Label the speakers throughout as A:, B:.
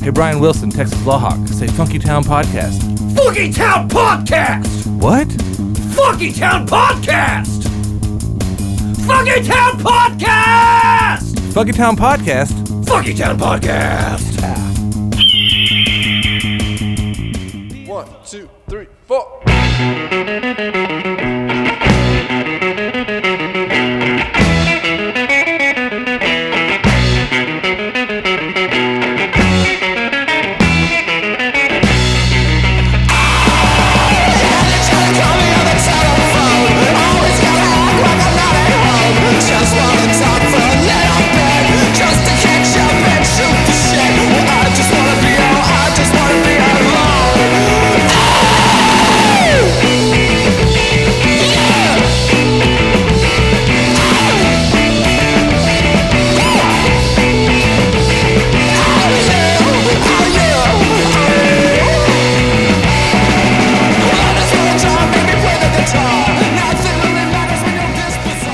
A: Hey, Brian Wilson, Texas Lawhawk. Say Funky Town Podcast.
B: Funky Town Podcast!
A: What?
B: Funky Town Podcast! Funky Town Podcast!
A: Funky Town Podcast?
B: Funky Town Podcast!
C: One, two, three, four.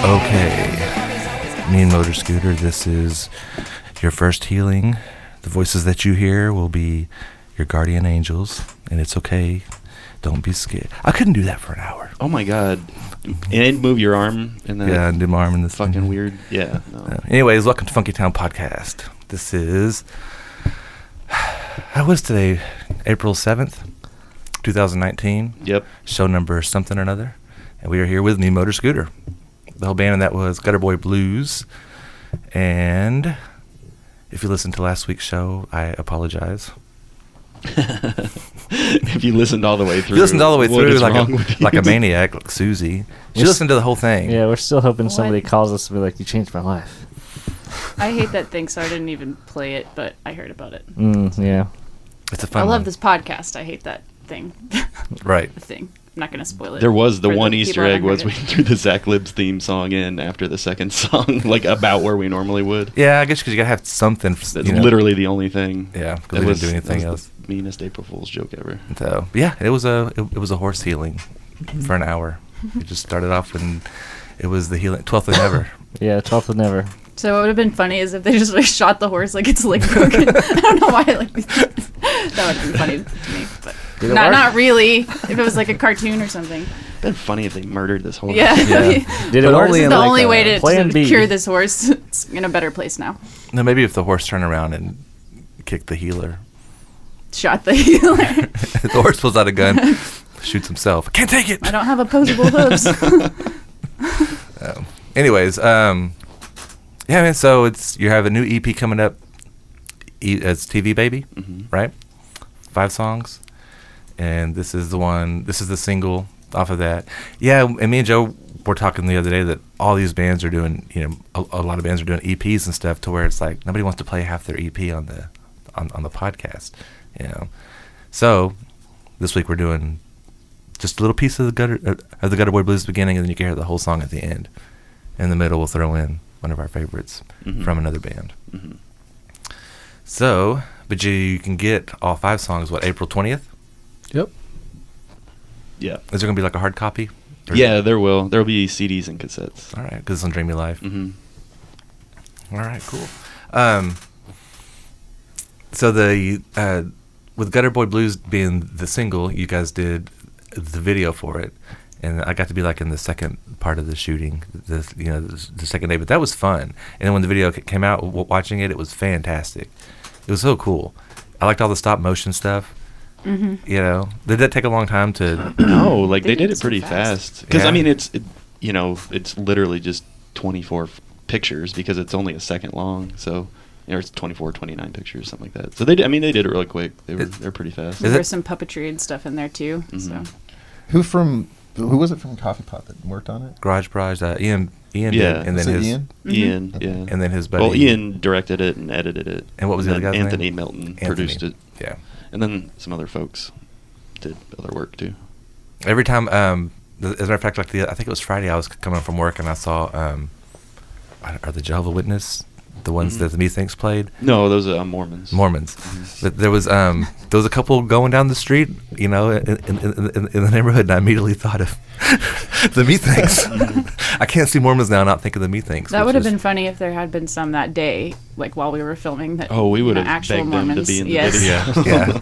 A: Okay. Me and Motor Scooter, this is your first healing. The voices that you hear will be your guardian angels, and it's okay. Don't be scared. I couldn't do that for an hour.
D: Oh my god. And move your arm and then
A: Yeah, and do my arm in this
D: fucking
A: thing.
D: weird. Yeah. No.
A: Uh, anyways, welcome to Funky Town Podcast. This is. How was today? April 7th, 2019.
D: Yep.
A: show number something or another, and we are here with me, Motor Scooter. The whole band, and that was Gutter Boy Blues. And if you listened to last week's show, I apologize.
D: if you listened all the way
A: If
D: through.
A: you listened all the way
D: what
A: through
D: is
A: like
D: wrong with
A: a,
D: you?
A: like a maniac, like Susie. She
E: We're s-
A: listened to the whole thing.
E: Yeah, we're still hoping somebody
F: What?
E: calls us and be like, "You changed my life."
F: I hate that thing, so I didn't even play it, but I heard about it.
E: Mm, yeah,
A: It's a fun
F: I love
A: one.
F: this podcast. I hate that thing.
A: Right.
F: the thing. I'm not going to spoil it.
D: There was the
F: for
D: one
F: people
D: Easter
F: that
D: egg was
F: haven't
D: we
F: heard
D: threw the Zach Libs theme song in after the second song, like about where we normally would.
A: Yeah, I guess because you got to have something. f-
D: That's
A: you know.
D: literally the only thing.
A: Yeah, 'cause
D: That
A: we didn't
D: was-
A: do anything
D: that was
A: else.
D: the meanest April Fool's joke ever.
A: So yeah, it was a it, it was a horse healing for an hour. It just started off and it was the healing twelfth and ever.
E: yeah. Twelfth would never.
F: it. So what would have been funny is if they just like shot the horse like it's like broken. I don't know why like that would have been funny to me, but
E: it
F: not
E: work?
F: not really. If it was like a cartoon or something.
D: Been funny if they murdered this whole.
F: Yeah.
A: Yeah.
E: Did
A: But
E: it work?
A: only
F: This is
A: in
F: the
A: like
F: only
A: a
F: way to,
E: plan
F: to
E: B.
F: cure this horse. It's in a better place now.
A: No, maybe if the horse turned around and kicked the healer.
F: Shot the healer.
A: the horse pulls out a gun, shoots himself. Can't take it.
F: I don't have opposable hooves.
A: Anyways, um, yeah, man. So it's you have a new EP coming up. E- it's TV Baby, right? Five songs, and this is the one. This is the single off of that. Yeah, and me and Joe were talking the other day that all these bands are doing. You know, a, a lot of bands are doing EPs and stuff to where it's like nobody wants to play half their EP on the on, on the podcast. You know, so this week we're doing just a little piece of the gutter uh, of the gutter boy blues beginning, and then you can hear the whole song at the end. In the middle, we'll throw in one of our favorites
D: Mhm.
A: from another band. So, but you, you can get all five songs. What April twentieth?
E: Yep.
D: Yeah.
A: Is there gonna be like a hard copy? Or-
D: Yeah. There will. There will be CDs and cassettes.
A: All right, because it's on Dreamy Life.
D: hmm
A: All right, cool. Um, so the uh, with Gutter Boy Blues being the single, you guys did the video for it, and I got to be like in the second part of the shooting, the you know the, the second day. But that was fun, and then when the video ca- came out, w- watching it, it was fantastic. It was so cool. I liked all the stop motion stuff. You know, did that take a long time to?
D: No, like they,
F: They
D: did
F: did
D: it
F: so
D: pretty
F: fast.
D: fast. Because
A: Yeah.
D: I mean, it's it, you know, it's literally just 24 f- pictures because it's only a second long. So, or it's 24, 29 pictures, something like that. So they, did, I mean, they did it really quick. They were
A: It-
D: they're pretty fast.
A: Is
F: there
A: it-
F: was some puppetry and stuff in there too.
D: Mm-hmm.
F: So
G: Who from who was it from Coffee Pot that worked on it?
A: Garage Barrage, uh, Ian, Ian, did,
D: Yeah.
A: and then
G: Was it
A: his,
G: Ian?
F: Mm-hmm.
D: Ian, yeah,
A: and then his buddy.
D: well, Ian directed it and edited it.
A: And what was the
D: then
A: other guy's
D: Anthony
A: name?
D: Melton
A: Anthony.
D: produced it,
A: Yeah.
D: and then some other folks did other work too.
A: Every time, um, th- as a matter of fact, like the I think it was Friday, I was c- coming from work and I saw um, are are the Jehovah Witness the ones
D: Mm-hmm.
A: that the Methinks played.
D: No, those are uh, Mormons.
A: Mormons.
D: Mm-hmm.
A: But there was um there was a couple going down the street, you know, in in, in, in in the neighborhood, and I immediately thought of the Methinks. I can't see Mormons now, and not think of the Methinks.
F: That
A: which
F: would have
A: is-
F: been funny if there had been some that day, like while we were filming. That
D: Oh, we
F: you know,
D: would have
F: actual
D: begged
F: Mormons,
D: them to be in the
F: yes,
D: video.
A: Yeah,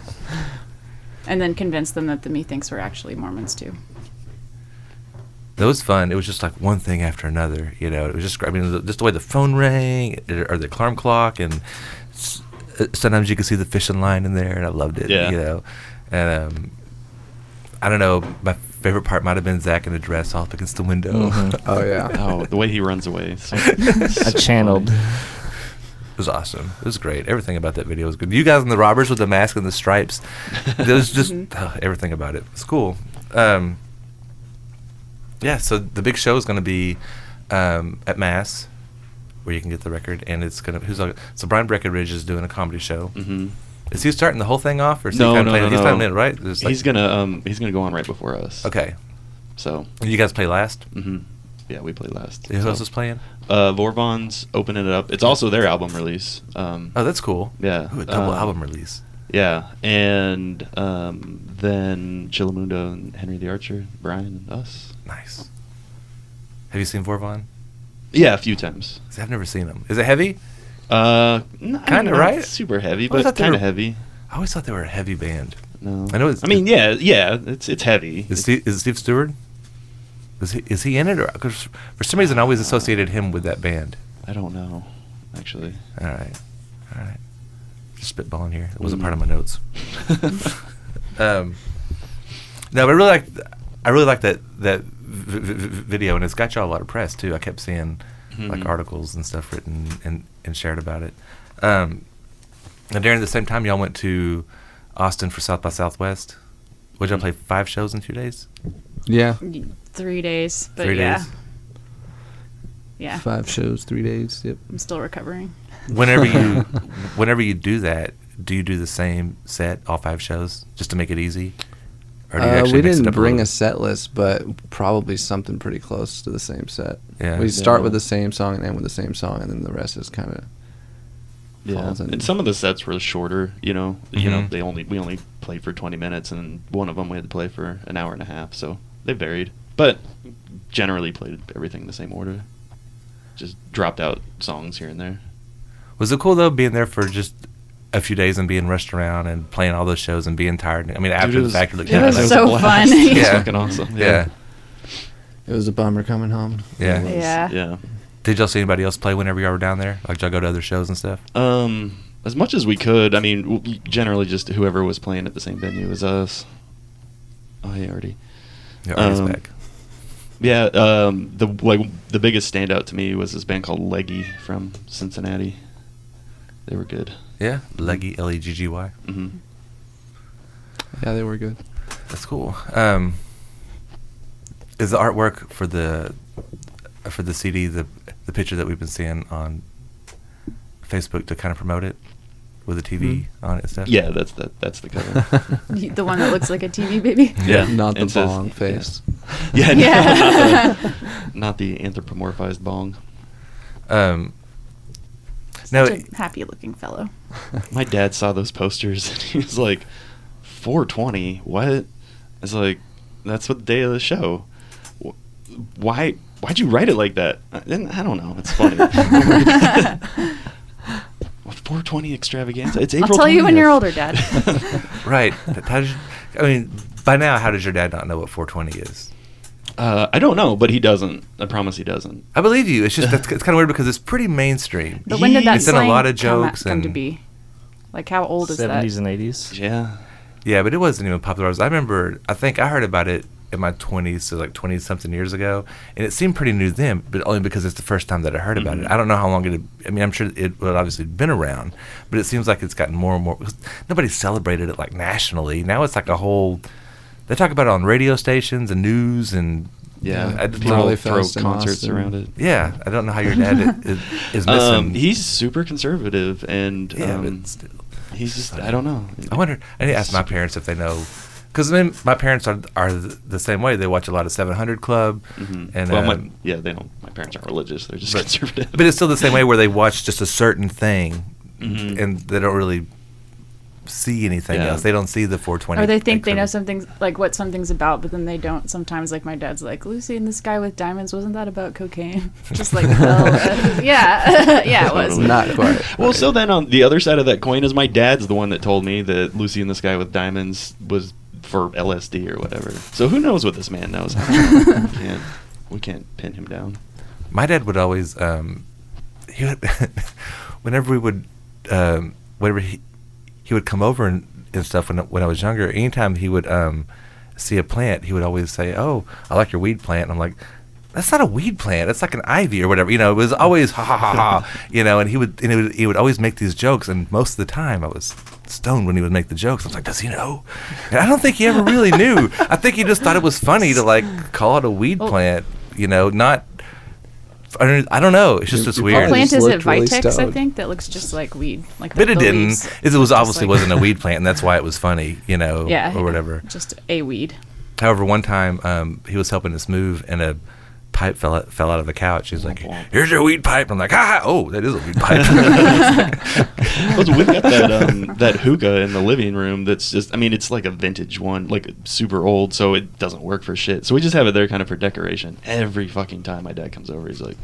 F: and then convinced them that the methinks were actually Mormons too.
A: that was fun. It was just like one thing after another, you know. It was just I mean, the- just the way the phone rang or the alarm clock, and s- uh, sometimes you could see the fishing line in there, and I loved it.
D: Yeah.
A: you know, and um, I don't know. My favorite part might have been Zach in a dress off against the window.
E: Mhm.
G: Oh yeah.
D: Oh, the way he runs away. is So,
E: I
D: so
E: channeled.
D: funny.
A: It was awesome. It was great. Everything about that video was good. You guys and the robbers with the mask and the stripes. There was just ugh, everything about it. was cool. Um, yeah, so the big show is going to be um, at Mass, where you can get the record, and it's going to who's all- so Brian Breckenridge is doing a comedy show.
D: Mhm.
A: Is he starting the whole thing off, or is
D: No,
A: he kind
D: no,
A: of playing?
D: no,
A: he's
D: no.
A: playing it right. There's like-
D: He's gonna um he's gonna go on right before us.
A: Okay,
D: So.
A: and you guys play last.
D: hmm Yeah, we played last.
A: Who
D: so.
A: else is playing?
D: Uh, Vorvon's opening it up. It's also their album release. Um,
A: Oh, that's cool.
D: Yeah,
A: Ooh, a double
D: uh,
A: album release.
D: yeah, and um, then Chillamundo and Henry the Archer, Brian and us.
A: Nice. Have you seen Vorvon?
D: Yeah, a few times.
A: 'Cause I've never seen him. Is it heavy?
D: Uh, n- I
A: Kinda,
D: mean, not
A: right?
D: Super heavy,
A: I
D: but
A: thought they
D: kind of
A: were-
D: heavy.
A: I always thought they were a heavy band.
D: No,
A: I know it's-
D: I mean, yeah, yeah, it's it's heavy.
A: Is Steve, is Steve Stewart? Is he is he in it? Or 'cause for some reason, I always associated him with that band.
D: I don't know, actually.
A: All right, all right. Just spitballing here. It wasn't part
D: Mm.
A: of my notes. Um, no, but I really like I really like that that v- v- v- video, and it's got y'all a lot of press too. I kept seeing like
D: Mhm.
A: articles and stuff written and and shared about it. Um, and during the same time, y'all went to Austin for South by Southwest. Would y'all play five shows in two days?
H: Yeah.
F: Three days, but
A: Three
F: yeah,
A: days.
F: yeah,
H: Five shows, three days. Yep.
F: I'm still recovering.
A: whenever you whenever you do that, do you do the same set all five shows just to make it easy? Or do you
H: Uh,
A: actually
H: we
A: mix it
H: didn't
A: up
H: bring
A: little
H: a set list, but probably something pretty close to the same set.
A: Yeah.
H: We start
D: Yeah.
H: with the same song and end with the same song, and then the rest is kind of
D: Yeah,
H: falls in.
D: and Mm-hmm. some of the sets were shorter. You know, you know,
A: Mhm.
D: they only we only played for twenty minutes, and one of them we had to play for an hour and a half. So they varied, but generally played everything in the same order. Just dropped out songs here and there.
A: Was it cool though being there for just a few days and being rushed around and playing all those shows and being tired? I mean, after
D: it
A: the
D: was-
A: fact, you're like,
F: yeah,
A: "Yeah,
F: it was
A: that
D: that
A: was-
F: so
D: a blast.
F: fun.
D: It was
A: Yeah.
D: fucking awesome.
A: yeah,
H: it was a bummer coming home.
A: yeah.
H: It was.
F: Yeah.
D: yeah.
A: Did y'all see anybody else play whenever y'all were down there? Like, did y'all go to other shows and stuff?
D: Um, as much as we could. I mean, w- generally just whoever was playing at the same venue as us. Oh, yeah, already.
A: Yeah, Artie's
D: Um,
A: back.
D: Yeah, um, the like the biggest standout to me was this band called Leggy from Cincinnati. They were good.
A: Yeah, Leggy L E G G Y.
D: hmm
H: Yeah, they were good.
A: That's cool. Um, is the artwork for the uh, for the CD the the picture that we've been seeing on Facebook to kind of promote it with a TV on it and stuff?
D: Yeah, that's the that's the cover.
F: Y- the one that looks like a TV baby.
A: Yeah.
H: Not the
D: It says-
H: bong face.
D: Yeah,
F: Yeah.
D: yeah no, not, the, not the anthropomorphized bong.
A: Um, no,
F: Such a happy looking fellow.
D: My dad saw those posters and he was like, 420? What? It's like, that's what the day of the show. Wh- Why? Why'd you write it like that? I, didn't- I don't know. It's funny. 420 extravaganza. It's
F: I'll
D: April.
F: tell you when
D: 20th.
F: you're older, Dad.
A: right. That- How does, I mean, by now, how does your dad not know what 420 is?
D: Uh, I don't know, but he doesn't. I promise he doesn't.
A: I believe you. It's just that's, it's kind of weird because it's pretty mainstream.
F: But when did that
A: He's done a
F: slang
A: lot of
F: come, out-
A: jokes
F: come to
A: and-
F: be? Like how old is that?
E: 70s and 80s.
D: Yeah.
A: Yeah, but it wasn't even popularized. I remember, I think I heard about it in my 20s, so like 20 something years ago, and it seemed pretty new then, but only because it's the first time that I heard about
D: Mm-hmm.
A: it. I don't know how long it had, I mean, I'm sure it would obviously have been around, but it seems like it's gotten more and more. 'cause Nobody celebrated it like nationally. Now it's like a whole, they talk about it on radio stations and news and.
D: Yeah.
A: I don't
D: People
A: know-
H: Raleigh
D: throw
H: Fest in
D: concerts
H: Austin.
D: around it.
A: yeah, I don't know how your dad i- is, is missing.
D: Um, he's super conservative, and
A: yeah,
D: um,
A: but still.
D: he's just—I don't know.
A: I wonder. I need to ask my parents if they know Because then my parents are are the same way. They watch a lot of 700 Club, and
D: Mm-hmm. well,
A: um,
D: my, yeah, they don't. My parents aren't religious; they're just conservative.
A: but it's still the same way where they watch just a certain thing,
D: Mhm.
A: and they don't really see anything
D: Yeah.
A: else. They don't see the 420.
F: Or they think they know
A: activity.
F: something like what something's about, but then they don't. Sometimes, like my dad's like Lucy in the Sky with Diamonds, wasn't that about cocaine? Just like well, uh, yeah, yeah, it was.
D: Totally.
H: Not quite.
D: Well, so then on the other side of that coin is my dad's the one that told me that Lucy in the Sky with Diamonds was for LSD or whatever. So who knows what this man knows? yeah, we can't pin him down.
A: My dad would always, um, he would, whenever we would, um, whenever he, he would come over and, and stuff when, when I was younger, anytime he would um, see a plant, he would always say, Oh, I like your weed plant. And I'm like, that's not a weed plant. That's like an ivy or whatever. You know, it was always ha ha ha ha. You know, and he would and he would, he would always make these jokes. And most of the time, I was stoned when he would make the jokes. I was like, does he know? And I don't think he ever really knew. I think he just thought it was funny to like call it a weed
F: Well-
A: plant. You know, not. I don't- I don't know. It's just
H: You-
A: it's
H: you
A: weird.
H: probably
F: plant
H: just
F: is it
H: looked really
F: Vitex? I
H: stoned.
F: think that looks just like weed, like
A: But
F: the,
A: it
F: the
A: didn't.
F: leaves.
A: It was
F: Just
A: obviously
F: like-
A: wasn't a weed plant, and that's why it was funny, you know,
F: yeah,
A: or whatever.
F: Just a weed.
A: However, one time um, he was helping us move, and a pipe fell out, fell out of the couch. He's like, "Here's your weed pipe." And I'm like, "Ha! ha, Oh, that is a weed pipe."
D: Well, so we've got that um, that hookah in the living room. That's just, I mean, it's like a vintage one, like super old, so it doesn't work for shit. So we just have it there, kind of for decoration. Every fucking time my dad comes over, he's like,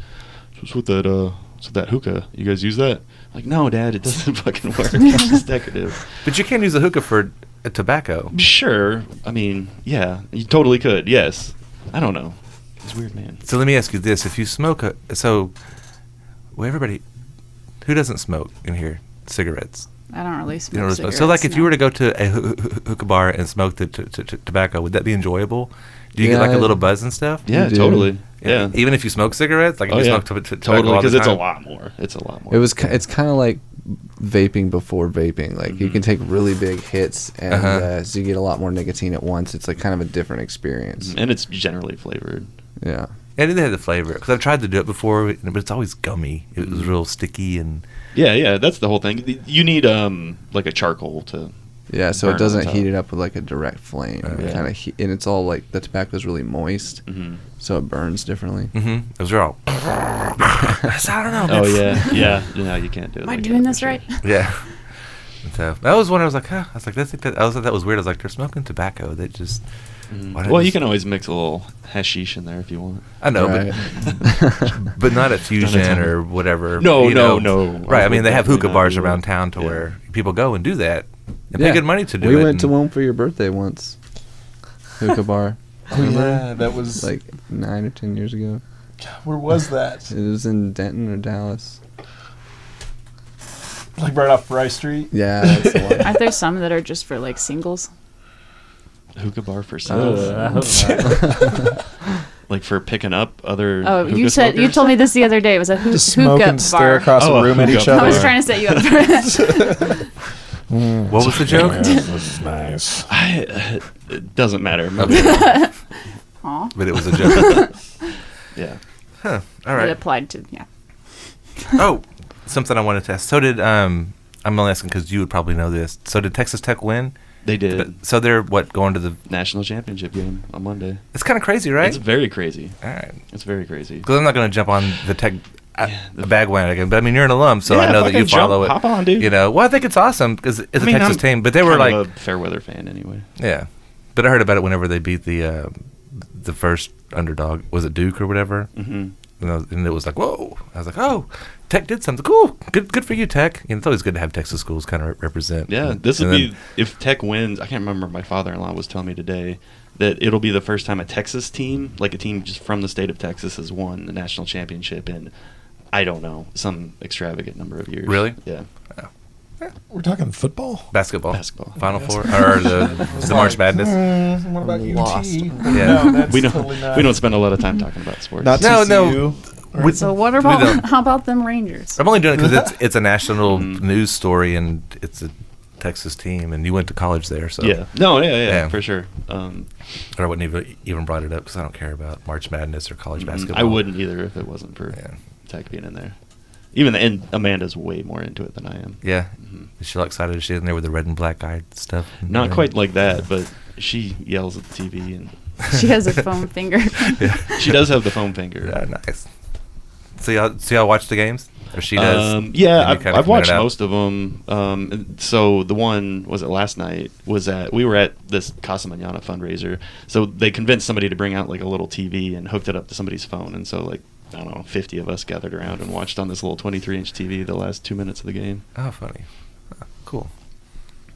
D: "What's with that? Uh, what's with that hookah? You guys use that?" I'm like, no, dad, it doesn't fucking work. It's just decorative.
A: but you can't use a hookah for uh, tobacco.
D: Sure. I mean, yeah, you totally could. Yes. I don't know. It's weird, man.
A: So let me ask you this: If you smoke, a, so well, everybody who doesn't smoke in here cigarettes.
F: I don't really smoke.
A: You know, so
F: cigarettes,
A: like if
F: no.
A: you were to go to a hoo- hoo- hookah bar and smoke the t- t- t- tobacco, would that be enjoyable? Do you get like a
H: Yeah.
A: little buzz and stuff?
D: Yeah,
H: do.
D: totally. Yeah.
A: Even if you smoke cigarettes, like if
D: Oh,
A: you
D: yeah.
A: smoke t- t- tobacco
D: totally,
A: all the
D: because it's a
A: time.
D: lot more. It's a lot more.
H: It was. ki- It's kind of like vaping before vaping. Like you can take really big hits, and uh
A: Uh-huh.
H: so you get a lot more nicotine at once. It's like kind of a different experience.
D: Mm-hmm. and it's generally flavored.
H: Yeah.
A: And it had the flavor because I've tried to do it before, but it's always gummy. It was real sticky and
D: Yeah, yeah, that's the whole thing. You need um like a charcoal to
H: Yeah, so
D: Burn
H: it doesn't
D: on
H: heat
D: top.
H: it up with like a direct flame.
A: Oh,
H: It
A: yeah.
H: kind of he- and it's all like the tobacco's really moist, so it burns differently.
A: mm-hmm. it was raw. So I don't know. man.
D: Oh yeah, yeah. No, you can't do it.
F: Am I
D: like
F: doing
D: that,
F: this
D: for
F: right?
D: sure.
A: Yeah. And So that was when I was like, huh. I was like, that's that. I was like, that was weird. I was like, they're smoking tobacco. That just. why don't
D: Mm. Well, you
A: just-
D: can always mix a little hashish in there if you want.
A: I know, but but not at Fusion
D: time.
A: or whatever.
D: No,
A: you
D: no,
A: know.
D: no.
A: Right. I mean, they have hookah
D: Definitely not
A: bars
D: do
A: around
D: it.
A: town to
D: Yeah.
A: where people go and do that and pay good money to do
H: we
A: it.
H: went to
A: and-
H: one for your birthday once, hookah bar,
G: Oh yeah, that was
H: like nine or ten years ago.
G: where was that?
H: It was in Denton or Dallas.
G: Like right off Bry Street.
H: Yeah, that's the one.
F: Aren't there some that are just for like singles?
D: Hookah bar for sales,
E: Uh, I hope not.
D: like for picking up other.
F: Oh, you
D: hookah
F: said you
D: smokers?
F: told me this the other day. It was a hoo-
G: Just smoke
F: hookah
G: and stare
F: bar.
G: across
D: Oh, a
G: the room at
D: hookah
G: each
D: bar.
G: other.
F: I was trying to set you up for it.
A: What was the joke?
B: This is nice.
D: I, uh, it doesn't matter.
F: Aw.
A: but it was a joke.
D: Yeah.
A: All
F: It
A: right.
F: applied to yeah.
A: Oh, something I wanted to ask. So did um. I'm only asking because you would probably know this. So did Texas Tech win?
D: They did
A: But, so they're what going to the?
D: national championship game on Monday.
A: It's kind of crazy, right?
D: It's very crazy.
A: All right.
D: It's very crazy.
A: Because I'm not going to jump on the tech uh,
D: Yeah, the-
A: the bandwagon, but I mean you're an alum, so
D: Yeah,
A: I know that you
D: fucking jump,
A: follow it.
D: hop on, dude.
A: You know, well I think it's awesome because it's a
D: I mean,
A: Texas
D: I'm
A: team, but they were like,
D: kind of a fair weather fan anyway.
A: yeah. But I heard about it whenever they beat the uh, the first underdog. Was it Duke or whatever?
D: hmm
A: And, I was, and it was like, whoa! I was like, oh, Tech did something cool. Good, good for you, Tech. And it's always good to have Texas schools kind of represent.
D: Yeah, this would
A: And then-
D: be if Tech wins. I can't remember. My father-in-law was telling me today that it'll be the first time a Texas team, like a team just from the state of Texas, has won the national championship in I don't know some extravagant number of years.
A: Really?
D: Yeah.
G: We're talking football.
A: basketball,
D: Basketball.
A: Final Four, or the, the March Madness.
G: Mm, what about
H: Lost.
G: UT?
A: Yeah.
G: No, that's
D: We don't.
G: totally not.
D: We don't spend a lot of time talking about sports.
G: Not
A: No,
G: TCU.
A: no.
G: Or-
A: We-
F: So what
A: don't.
F: about how about them Rangers?
A: I'm only doing it because it's it's a national
D: Mm-hmm.
A: news story and it's a Texas team, and you went to college there, so
D: yeah. No. Yeah. Yeah.
A: Yeah.
D: For sure. Um,
A: Or I wouldn't even even brought it up because I don't care about March Madness or college basketball.
D: mm, I wouldn't either if it wasn't for
A: Yeah.
D: Tech being in there. Even the, and Amanda's way more into it than I am. Mm-hmm.
A: Yeah, she's all excited. She's in there with the red and black eyed stuff.
D: Not quite like that, but she yells at the TV, and
F: She has a foam finger.
A: yeah.
D: she does have the foam finger.
A: Yeah, nice. So y'all, so y'all watch the games, or she does?
D: Um,
A: and you
D: yeah, I've,
A: kinda
D: I've
A: comment
D: watched
A: it out?
D: most of them. Um, and so the one was it last night was at we were at this Casa Mañana fundraiser. So they convinced somebody to bring out like a little TV and hooked it up to somebody's phone, and so like I don't know, fifty of us gathered around and watched on this little twenty-three inch TV the last two minutes of the game.
A: Oh, funny. Huh, Cool.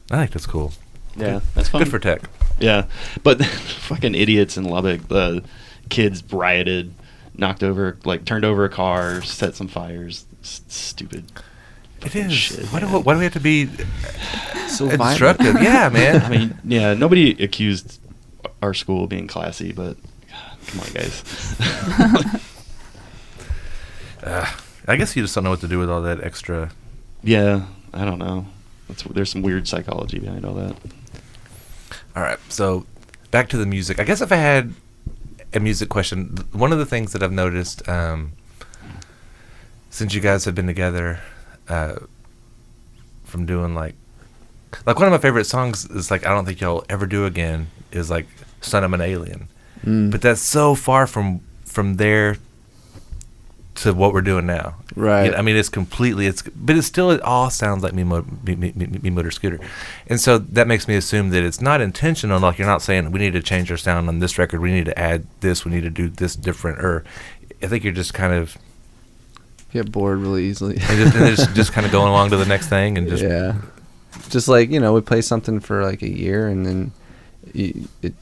A: I think that's cool.
D: Yeah, that's fun.
A: Good for tech.
D: Yeah, but fucking idiots in Lubbock. The kids rioted, knocked over, like turned over a car, set some fires. S- stupid.
A: It
D: fucking
A: is.
D: shit,
A: why, do,
D: man.
A: why do we have to be
H: So
A: instructive? yeah, man.
D: I mean, yeah, nobody accused our school of being classy, but God, come on, guys.
A: I guess you just don't know what to do with all that extra.
D: yeah, I don't know. That's, there's some weird psychology behind all that.
A: All right. So back to the music. I guess if I had a music question, th- one of the things that I've noticed um, since you guys have been together, uh, from doing like, like one of my favorite songs is like I don't think y'all ever do again is like "Son I'm an Alien," but that's so far from from there to what we're doing now.
H: Right.
A: You know, I mean, it's completely. It's but it still it all sounds like me, mo- me, me, me, me motor scooter, and so that makes me assume that it's not intentional. Like you're not saying we need to change our sound on this record. We need to add this. We need to do this different. Or I think you're just kind of
H: Get bored really easily.
A: and just, and just, just kind of going along to the next thing and just
H: yeah just like you know we play something for like a year and then you, it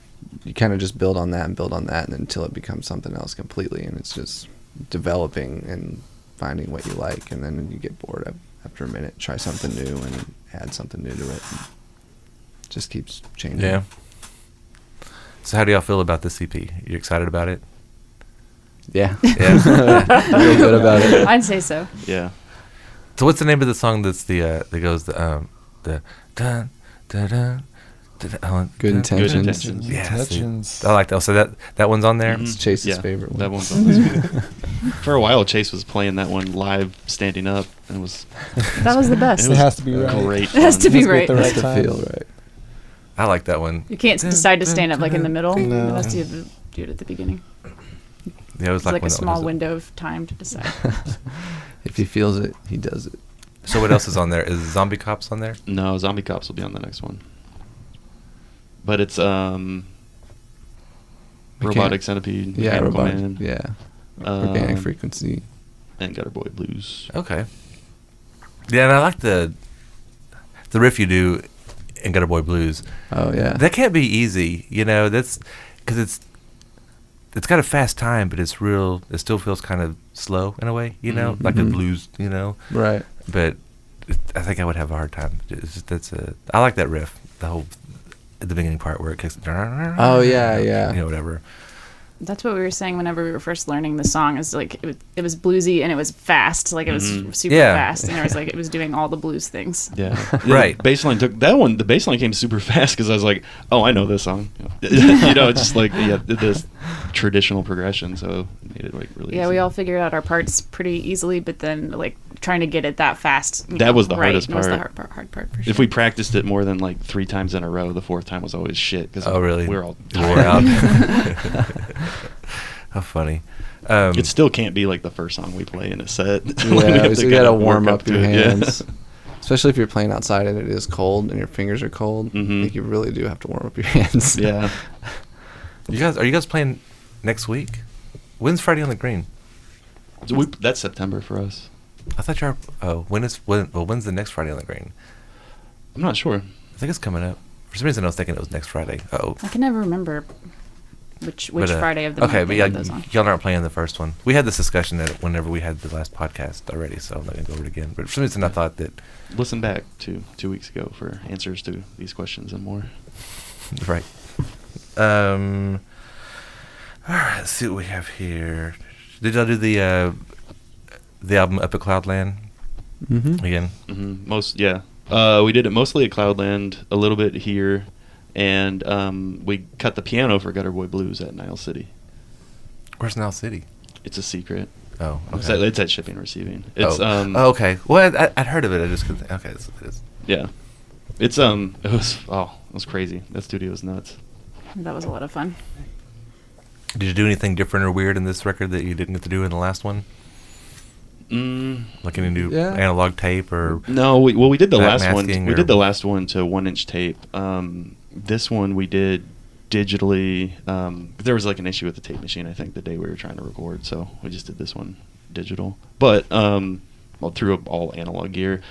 H: you kind of just build on that and build on that and until it becomes something else completely and it's just developing and finding what you like and then you get bored up after a minute try something new and add something new to it and just keeps changing
A: yeah. So how do y'all feel about this EP? You excited about it?
H: yeah
A: Yeah.
H: feel good about it
F: I'd say so.
D: Yeah.
A: so what's the name of the song that's the uh, that goes the um the dun dun dun. dun, dun
H: good
A: dun,
H: intentions
D: Good intentions.
A: Yeah, see,
G: Intentions.
A: I like that. So that that one's on there.
H: It's Chase's favorite
D: Mm-hmm.
H: one.
D: That one's on this For a while, Chase was playing that one live, standing up, and it was
F: That was the best.
G: It has to be right.
D: great.
F: It has
D: fun.
F: to be
G: Let's get
F: right.
G: the
H: Has
G: right
H: to
G: time.
H: feel right
A: I like that one.
F: You can't s- decide to stand up like in the middle.
G: No.
F: It has to do it at the beginning.
A: Yeah, it was
F: It's like,
A: when
F: a
A: that one
F: small
A: was-
F: window of time to decide.
H: if he feels it he does it
A: So what else is on there? Is Zombie Cops on there?
D: No, Zombie Cops will be on the next one. But it's um,
H: We can't-
D: Robotic Centipede,
H: yeah
D: Mechanical
H: robot
D: Man,
H: yeah
D: um,
H: organic frequency
D: and Gutter Boy Blues.
A: Okay. Yeah, and I like the the riff you do in Gutter Boy Blues.
H: oh yeah
A: That can't be easy, you know. That's because it's it's got a fast time, but it's real. It still feels kind of slow in a way, you know, like a
H: Mhm.
A: blues, you know.
H: right
A: But it, I think I would have a hard time. It's just, that's a I like that riff. The whole at the beginning part where it kicks.
H: Oh yeah, yeah.
A: You know, whatever.
F: That's what we were saying whenever we were first learning the song. Is like it was, it was bluesy and it was fast, like it was super
A: Mm-hmm. Yeah.
F: fast, and there was like it was doing all the blues things.
D: Yeah,
A: Right.
D: The baseline took that one. The baseline came super fast because I was like, "Oh, I know this song." you know, it's just like yeah, th- this traditional progression, so it made it like really.
F: Yeah, we
D: easy.
F: all figured out our parts pretty easily, but then like trying to get it that fast. you
D: That was the
F: right,
D: hardest
F: Was the
D: part.
F: hard part. Hard part for sure.
D: If we practiced it more than like three times in a row, the fourth time was always shit. Cause
A: Oh really?
D: We were all tired.
A: wore out. How funny. Um,
D: It still can't be like the first song we play in a set. Like, we
H: Hmm. Yeah,
D: have
H: so
D: to
H: you gotta
D: kinda work
H: warm up your
D: to it, yeah.
H: hands. Especially if you're playing outside and it is cold and your fingers are cold,
D: Mhm.
H: like you really do have to warm up your hands.
D: Yeah.
A: you guys, are you guys playing next week? When's Friday on the Green?
D: So we, that's September for us.
A: I thought you were. Oh, when is when? Well, when's the next Friday on the Green?
D: I'm not sure.
A: I think it's coming up. For some reason, I was thinking it was next Friday. Oh,
F: I can never remember which which Friday of the
A: okay, but
F: month they
A: yeah,
F: had those on.
A: y'all aren't playing the first one. We had this discussion that whenever we had the last podcast already, so I'm not gonna go over it again. But for some reason, I thought that
D: Listen back to two weeks ago for answers to these questions and more.
A: Right. Um. All right. Let's see what we have here. Did y'all do the uh, the album Up at Cloudland
H: hmm
A: again?
D: hmm Most, yeah. Uh, we did it mostly at Cloudland, a little bit here, and um, we cut the piano for Gutter Boy Blues at Nile City.
A: Where's Nile City?
D: It's a secret.
A: Oh, okay.
D: It's, at, it's at shipping and receiving. It's
A: oh.
D: um
A: oh, okay. Well, I, I- I'd heard of it. I just couldn't. Think. Okay, that's what it is.
D: yeah. It's um it was oh it was crazy. That studio was nuts.
F: That was a lot of fun.
A: Did you do anything different or weird in this record that you didn't get to do in the last one?
D: Mm,
A: Like any new
H: Yeah.
A: analog tape or
D: no, we, well, we did the
A: Back
D: last one.
A: masking
D: We
A: or-
D: did the last one to one inch tape. Um, this one we did digitally. Um, there was like an issue with the tape machine, I think, the day we were trying to record, so we just did this one digital. But um, well, through all analog gear.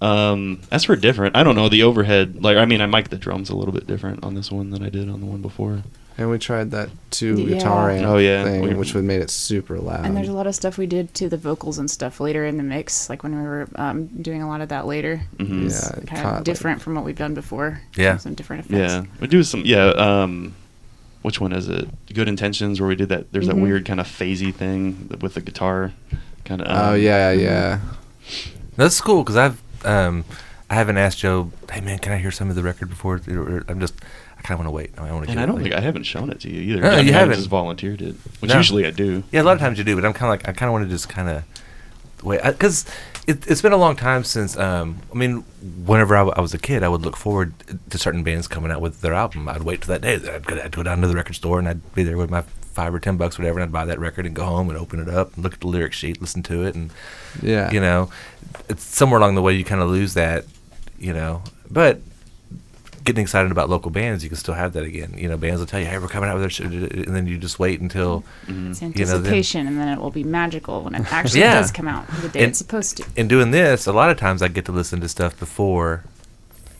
D: Um, as for different, I don't know the overhead. Like, I mean, I mic the drums a little bit different on this one than I did on the one before.
H: And we tried that two
F: Yeah.
H: guitar amp
D: Oh, yeah.
H: thing,
D: We-
H: which would made it super loud.
F: And
A: Um,
F: there's a lot of stuff we did to the vocals and stuff later in the mix, like when we were um, doing a lot of that later.
D: Mhm.
F: It was
H: Yeah, it
F: kind
H: caught,
F: of
H: like-
F: different from what we've done before.
A: Yeah.
F: some different effects.
D: Yeah, we do some. Yeah, um, which one is it? Good intentions, where we did that. There's
F: Mhm.
D: that weird kind of phasey thing with the guitar, um, kind of.
H: oh yeah, yeah.
F: Mm-hmm.
A: That's cool because I've um, I haven't asked Joe. Hey man, can I hear some of the record before? or- or- I'm just I kind of want to wait. I want to.
D: And I don't think I haven't shown it to you either.
A: No,
D: I
A: you
D: mean, I
A: haven't.
D: just volunteered it, which
A: No.
D: usually I do.
A: Yeah, a lot of times you do, but I'm kind of like I kind of want to just kind of wait because it, it's been a long time since. Um, I mean, whenever I, w- I was a kid, I would look forward to certain bands coming out with their album. I'd wait till that day. I'd go, I'd go down to the record store and I'd be there with my five or ten bucks, whatever, and I'd buy that record and go home and open it up and look at the lyric sheet, listen to it, and
H: Yeah.
A: you know, it's somewhere along the way you kind of lose that, you know. But getting excited about local bands, you can still have that again. You know, bands will tell you, "Hey, we're coming out with our," shit," and then you just wait until.
F: It's
E: Mm-hmm.
A: You know, then-
F: anticipation, and then it will be magical when it actually
A: Yeah.
F: does come out the day
A: And-
F: it's supposed to.
A: In doing this, a lot of times I get to listen to stuff before,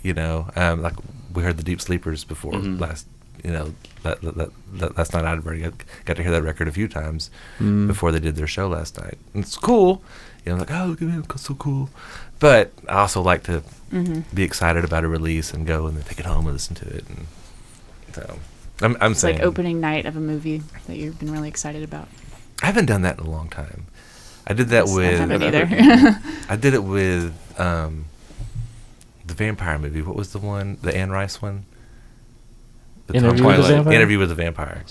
A: you know, um, like we heard the Deep Sleepers before
D: Mhm.
A: last. You know, that, that, that, that, that's not I'd already got, got to hear that record a few times before they did their show last night. And it's cool. You know, like, oh, look at me, it's so cool. But I also like to
F: Mm-hmm.
A: be excited about a release and go and then take it home and listen to it. And so I'm, I'm
F: It's
A: saying
F: like opening night of a movie that you've been really excited about.
A: I haven't done that in a long time. I did that
F: I
A: with
F: haven't either.
A: I did it with um, the vampire movie. What was the one? The Anne Rice one. The Tom
E: Interview
D: with the
A: Twilight-
E: Vampire?
A: Interview with the vampire.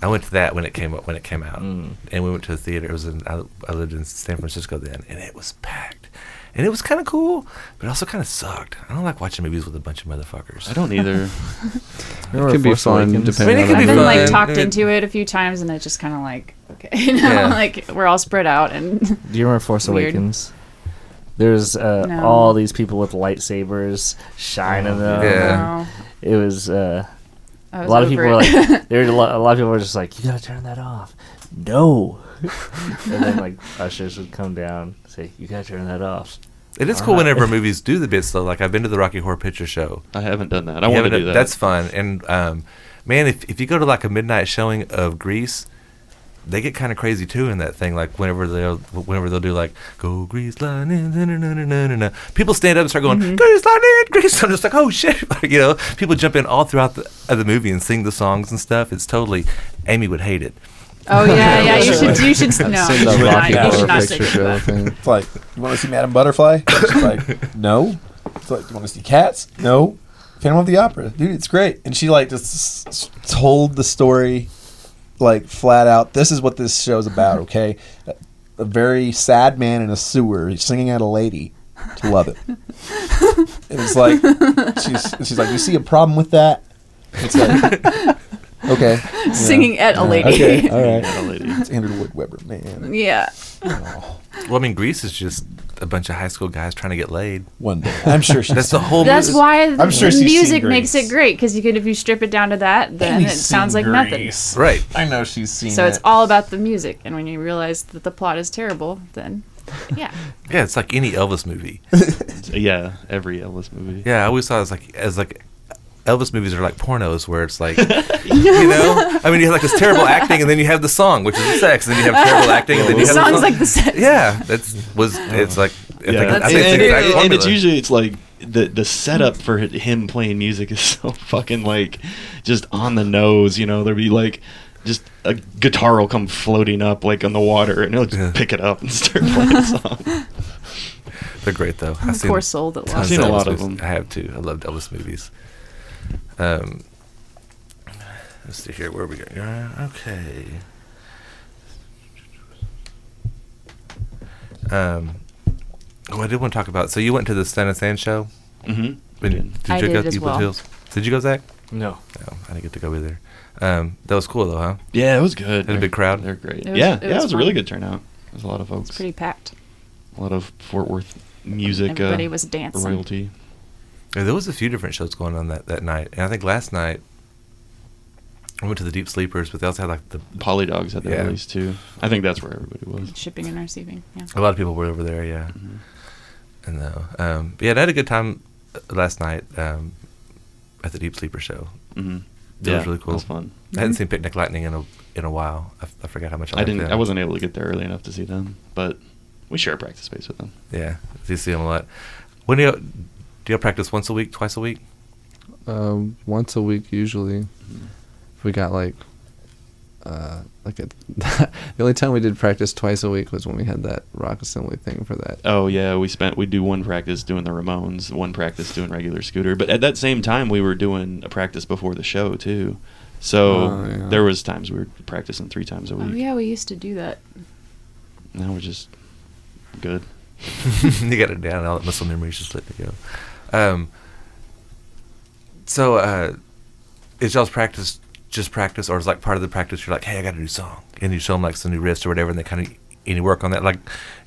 A: I went to that when it came up when it came out,
E: Mm.
A: and we went to the theater. It was in, I, I lived in San Francisco then, and it was packed, and it was kind of cool, but it also kind of sucked. I don't like watching movies with a bunch of motherfuckers.
D: I don't either.
E: Remember
H: It can be
E: Force
H: fun,
E: Awakens?
H: depending
A: I mean, it
H: on
A: could
F: I've
A: be
F: been
A: fun.
F: like talked
A: I mean-
F: into it a few times, and it's just kind of like okay, you know,
A: Yeah.
F: like we're all spread out, and
E: Do you remember Force
F: Weird.
E: Awakens? There's uh,
F: No.
E: all these people with lightsabers shining them.
A: Yeah.
E: It was. Uh,
F: no, I
E: a
F: was
E: lot of people
F: over
E: were
F: it.
E: like, there were a lot, a lot of people were just like, you gotta turn that off. No. and then like ushers would come down, say, you gotta turn that off.
A: It is
E: All
A: cool
E: right.
A: whenever movies do the bits though. Like I've been to the Rocky Horror Picture Show.
D: I haven't done that. I
A: Yeah,
D: want
A: but
D: to do that.
A: That's fun. And um, man, if if you go to like a midnight showing of Grease, they get kind of crazy too in that thing. Like whenever they'll whenever they'll do like go Grease lightning, na, na, na, na, na, na, na. people stand up and start going
F: Mm-hmm.
A: Grease lightning, Grease. I'm just like oh shit, like, you know. People jump in all throughout the of the movie and sing the songs and stuff. It's totally. Amy would hate it.
F: oh yeah, yeah, you should, you should, no, you
H: Seen
F: should
H: the
F: not,
H: Rocky
F: you
H: Horror
F: should not
H: Picture
F: say
H: Show
F: that.
H: thing.
G: It's like, you want to see Madame Butterfly? She's like, no. It's like, you want to see cats? No. Phantom of the Opera, dude, it's great. And she like just s- s- told the story, like flat out. This is what this show's about, okay? A- A very sad man in a sewer he's singing at a lady to love it. it was like she's she's like, you see a problem with that? It's like, okay,
F: Singing at a lady.
G: okay, all right.
D: Yeah, lady.
G: It's Andrew Lloyd Webber, man.
F: Yeah.
A: Well, I mean, Grease is just a bunch of high school guys trying to get laid.
G: One day, I'm sure she's
A: That's the whole.
F: That's
A: movie.
F: why the,
G: I'm sure
F: the
G: she's seen
F: music makes
G: Grease.
F: it great because you could, if you strip it down to that, then it sounds like nothing.
A: Right.
G: I know she's seen
F: So it's
G: it.
F: all about the music, and when you realize that the plot is terrible, then yeah,
A: Yeah, it's like any Elvis movie.
D: yeah, every Elvis movie.
A: Yeah, I always thought it was like as like Elvis movies are like pornos where it's like you know I mean you have like this terrible acting and then you have the song which is the sex and then you have terrible acting and then you
F: the
A: have
F: song's
A: the
F: like
A: song.
F: the set.
A: yeah that's was it's like I think,
D: Yeah,
A: I think
D: and,
A: it's
D: and-
A: the exact
D: and- and it's
A: formula.
D: usually it's like the the setup for hi- him playing music is so fucking like just on the nose. You know, there'd be like just a guitar will come floating up like on the water, and he'll just
A: Yeah.
D: pick it up and start playing a song.
A: they're great though I've seen
F: Poor soul that
A: tons
F: lost.
D: seen a
A: Elvis
D: lot of
A: movies.
D: them.
A: I have too I loved Elvis movies um let's see here where are we going Uh, okay um oh I did want to talk about so you went to the Stan and Stan show
D: hmm
A: When-
D: Did.
A: you
F: I
A: check
F: did
A: out
F: as
A: Euclid
F: well.
A: Hills? Did you go, Zach?
E: No.
A: No, I didn't get to go either. Um, that was cool though, huh?
D: Yeah, it was good.
A: Had a big crowd?
D: They're great.
F: It was-
D: yeah,
F: it
D: yeah, it
F: was
D: was a really
F: fun.
D: good turnout. There's a lot of folks.
F: It's pretty packed.
D: a lot of Fort Worth music. uh,
F: Everybody was dancing.
D: Royalty.
A: Yeah, there was a few different shows going on that, that night, and I think last night I went to the Deep Sleepers, but they also had like the
D: Poly Dogs had their
A: Yeah.
D: release too. I think that's where everybody was.
F: Shipping and receiving. Yeah.
A: a lot of people were over there, yeah. And though, um, but yeah, I had a good time uh, last night um, at the Deep Sleeper show.
D: Mm-hmm.
A: That was really cool.
D: It was fun.
A: I hadn't seen Picnic Lightning in a in a while. I, f- I forgot how much I,
D: I
A: liked
D: didn't.
A: them.
D: I wasn't able to get there early enough to see them, but we share a practice space with them.
A: Yeah, you see them a lot. When do you do you practice once a week, twice a week?
H: Uh, once a week usually. If we got like, uh, like a, the only time we did practice twice a week was when we had that rock assembly thing for that.
D: Oh yeah, we spent. We do one practice doing the Ramones, one practice doing regular Scooter. But at that same time, we were doing a practice before the show too. So
H: Oh, yeah.
D: there was times we were practicing three times a
F: Oh
D: week.
F: yeah, we used to do that.
D: Now we're just good.
A: you got it down. All that muscle memory is just let me go. Um, so, uh, is y'all's practice just practice, or is like part of the practice? You're like, hey, I got a new song, and you show them like some new wrist or whatever, and they kind of and you work on that. Like,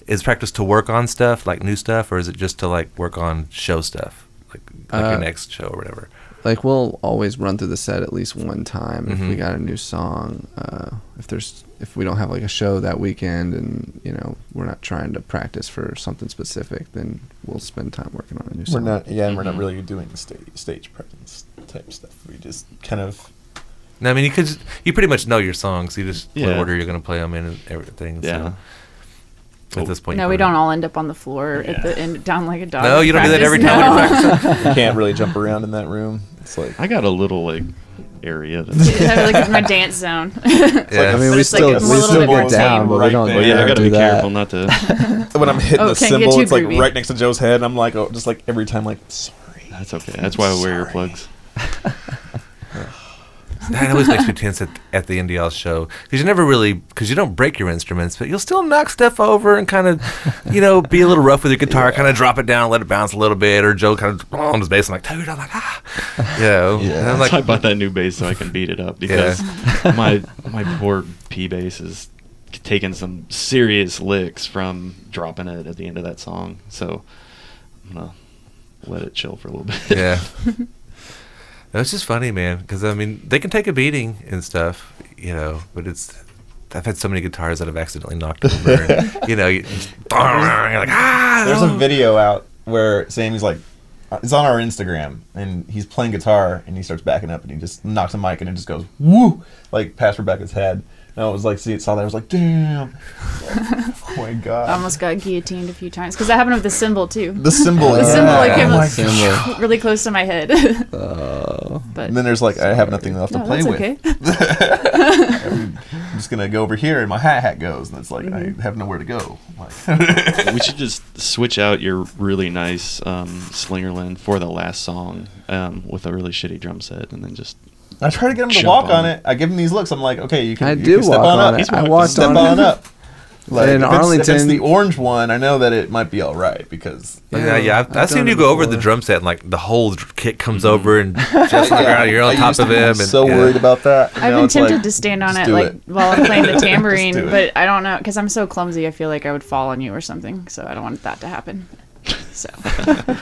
A: is practice to work on stuff, like new stuff, or is it just to like work on show stuff, like like
H: Uh,
A: your next show or whatever?
H: like we'll always run through the set at least one time if we
A: Mhm.
H: got a new song uh, if there's if we don't have like a show that weekend and you know we're not trying to practice for something specific then we'll spend time working on a new
G: We're
H: song
G: not, yeah, and we're
H: Mm-hmm.
G: not really doing stage, stage presence type stuff. We just kind of
A: No, I mean you could just- you pretty much know your songs. You just what
D: Yeah.
A: order you're gonna play them in and everything.
D: Yeah.
A: So at this point,
F: no,
A: you
F: we
A: put it-
F: don't all end up on the floor at the end down like a dog.
A: No,
F: at
A: you don't do that
F: practice.
A: every time
F: No.
A: when you practice.
G: you can't really jump around in that room. It's like
D: I got a little like area. That's,
F: I have, like my dance zone.
A: Yeah.
H: I mean,
F: But
H: we
F: it's like
H: still,
F: it's
G: a
H: we
G: little
H: still
G: bit
H: get
G: more
H: down, but we
G: right
H: don't.
G: there.
H: we
D: but yeah, I
H: don't
D: gotta be
H: do that.
D: careful not to.
G: when I'm hitting
F: Oh,
G: the
F: can't get
G: cymbal,
F: too
G: it's like
F: groovy.
G: right next to Joe's head, and I'm like, oh, just like every time, like sorry.
D: That's okay. That's why I wear
G: Sorry.
D: earplugs.
A: That always makes me tense at, at the end of y'all's show because you never really because you don't break your instruments, but you'll still knock stuff over and kind of, you know, be a little rough with your guitar, kind of drop it down, let it bounce a little bit, or Joe kind of on his bass, I'm like, dude, I'm like, ah, you know,
G: Yeah.
A: and I'm
D: That's why I
A: like,
D: bought that new bass so I can beat it up because my my poor P bass is taking some serious licks from dropping it at the end of that song. So I'm gonna let it chill for a little bit.
A: yeah. That's just funny, man, because I mean, they can take a beating and stuff, you know, but it's. I've had so many guitars that I've accidentally knocked over. And, you know, you, you're like, ah!
G: There's
F: Oh.
G: a video out where Sammy's like, uh, it's on our Instagram, and he's playing guitar, and he starts backing up, and he just knocks a mic, and it just goes woo, like past Rebecca's head. And I was like, see, it saw that, I was like, damn, oh my god,
F: I almost got guillotined a few times because that happened with the cymbal too.
G: the symbol,
F: The cymbal like,
G: oh
F: came
G: my
F: up really close to my head. but
G: And then there's like, I have nothing left to
F: no,
G: play
F: that's
G: with.
F: okay.
G: I'm just gonna go over here, and my hi hat goes, and it's like
F: Mm-hmm.
G: I have nowhere to go. Like,
D: we should just switch out your really nice um, Slingerland for the last song um, with a really shitty drum set, and then just
G: I try to get him to
D: Jump
G: walk
D: on
G: on
D: it.
G: it. I give him these looks. I'm like, okay, you can,
H: I
G: you
H: do
G: can step
H: walk
G: on,
H: on
G: up.
H: it. I walked
G: step
H: on
G: on
H: it.
G: up. Like,
H: In
G: if it's- if it's
H: Arlington-
G: the orange one, I know that it might be all right because
A: Yeah, yeah. I've, I've, seen
H: done it
A: you go over the
H: before.
A: drum set and like the whole dr- kit comes over and just like yeah,
G: Yeah,
A: you're on
G: I
A: top
G: used
A: of
G: to be
A: him. And,
G: so
A: yeah.
G: worried about that. and
F: I've
G: now
F: been
G: it's like,
F: tempted to stand on
G: just
F: it
G: do
F: like
G: it.
F: while I'm playing the
G: Just do
F: tambourine,
G: it.
F: but I don't know because I'm so clumsy. I feel like I would fall on you or something, so I don't want that to happen. So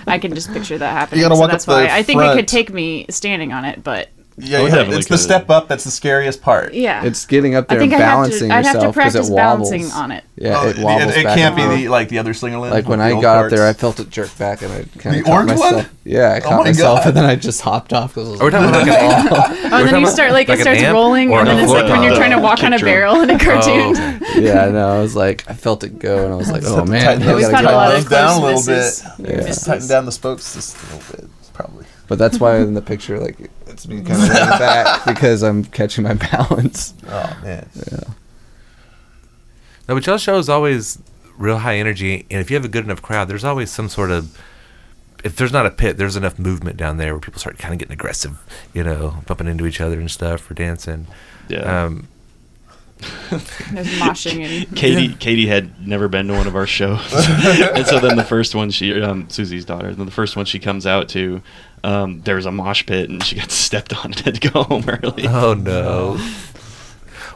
F: I can just picture that happening.
G: gotta
F: so
G: walk up
F: that's
G: the
F: why I think it
G: front.
F: could take me standing on it, but
G: Yeah,
D: Oh,
G: yeah,
D: definitely
G: it's the
D: could.
G: step up that's the scariest part.
F: yeah,
H: It's getting up
F: I
H: there and
F: think I have to.
H: balancing
F: I'd have to
H: yourself because
F: practice
H: it wobbles.
F: balancing on it.
H: Yeah,
G: Oh,
H: it wobbles.
G: It, it
H: back
G: can't
H: and forth.
G: be the, like the other slinger
H: Like when I got up there, I felt it jerk back, and I kind
G: The
H: of caught
G: orange one? Oh
H: myself. Yeah, I caught
G: my
H: myself,
G: God.
H: and then I just hopped off. 'cause I was
A: Are we
H: like,
A: talking about like an
F: Oh, and then you start like,
A: Like
F: it
A: an
F: starts
A: amp
F: rolling,
A: or
F: and then
A: an
F: it's like when
A: amplifier?
F: you're trying to
D: Uh,
F: walk on a
D: kick drum.
F: barrel in a
A: Oh,
F: cartoon.
A: okay.
H: yeah, I know. I was like, I felt it go, and I was like, oh man,
G: tighten
H: I
G: those-
F: We've
H: gotta
F: had a
H: get
F: lot
H: off.
G: those
F: of
G: down a
F: close
G: little
F: misses.
H: bit.
F: Near
H: Yeah.
F: misses.
G: tighten down the spokes just a little bit, probably.
H: But that's why in the picture, like, it's me kind of leaning back because I'm catching my balance.
G: Oh man,
A: No, but y'all show is always real high energy, and if you have a good enough crowd, there's always some sort of. If there's not a pit, there's enough movement down there where people start kind of getting aggressive, you know, bumping into each other and stuff or dancing.
D: yeah.
A: Um,
F: There's moshing and
D: Katie Katie had never been to one of our shows, and so then the first one she um, Susie's daughter, then the first one she comes out to, um, there was a mosh pit and she got stepped on and had to go home early.
A: Oh no.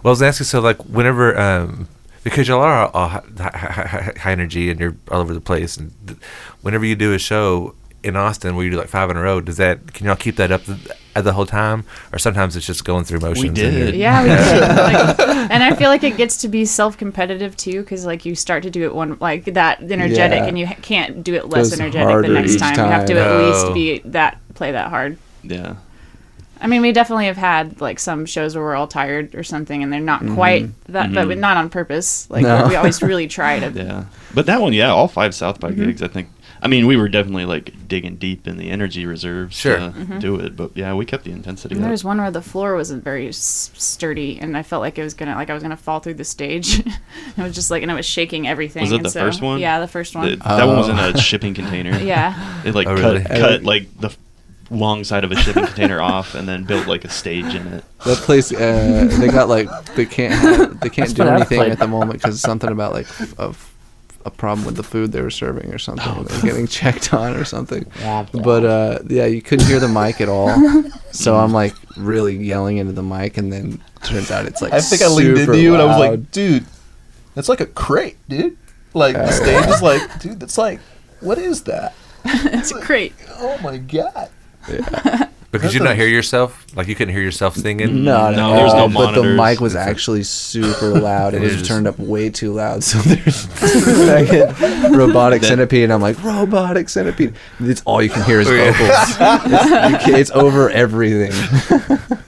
A: Well, I was asking so like whenever um, because y'all are all high, high, high energy and you're all over the place, and th- whenever you do a show in Austin where you do like five in a row, does that can y'all keep that up th- uh, the whole time, or sometimes it's just going through motions? and
D: did.
A: you're-
F: Yeah, we did. Like, and I feel like it gets to be self-competitive too, because like you start to do it one like that energetic,
G: Yeah.
F: and you ha- can't do it less
H: Goes
F: energetic the
H: harder
F: next
H: each
F: time. You have to
H: time.
F: at
A: Oh.
F: least be that play that hard.
D: Yeah.
F: I mean, we definitely have had like some shows where we're all tired or something, and they're not quite that, but not on purpose. Like
H: Mm-hmm. No.
F: we always really try to.
D: Mm-hmm. Yeah. But that one, yeah, all five South
A: Mm-hmm.
D: by gigs, I think. I mean, we were definitely like digging deep in the energy reserves
A: Sure.
D: to do it, but yeah, we kept the intensity
F: Mm-hmm. And there
D: up.
F: was one where the floor wasn't very s- sturdy, and I felt like it was gonna like I was gonna fall through the stage. it was just like, and it was shaking everything.
D: Was it
F: and
D: the
F: so-
D: first one?
F: Yeah, the first
D: The-
F: one.
D: that one was in a shipping container.
F: yeah.
D: It like
A: Oh,
D: cut,
A: really?
D: cut like the f- long side of a shipping container off and then built like a stage in it.
H: That place, uh, they got like they can't have, they can't do
E: what I've
H: anything
E: played.
H: at the moment because something about like f- of a problem with the food they were serving or something.
E: Oh.
H: they were getting checked on or something. But uh, yeah, you couldn't hear the mic at all. So I'm like really yelling into the mic, and then turns out it's like
G: I think I leaned into you and I was
H: loud.
G: like, dude, that's like a crate, dude. Like the stage is like, dude, that's like, what is that?
F: It's great.
G: Oh my god.
A: Because you did not hear yourself, like you couldn't hear yourself singing.
H: No,
D: No,
H: no,
D: there's no
H: But the
D: monitors.
H: mic was actually super loud. It
A: It
H: was
A: is.
H: turned up way too loud. So there's fucking robotic
D: That-
H: centipede, and I'm like, robotic centipede. And It's all you can hear is
A: Oh, yeah.
H: vocals. it's, you ca- it's over everything.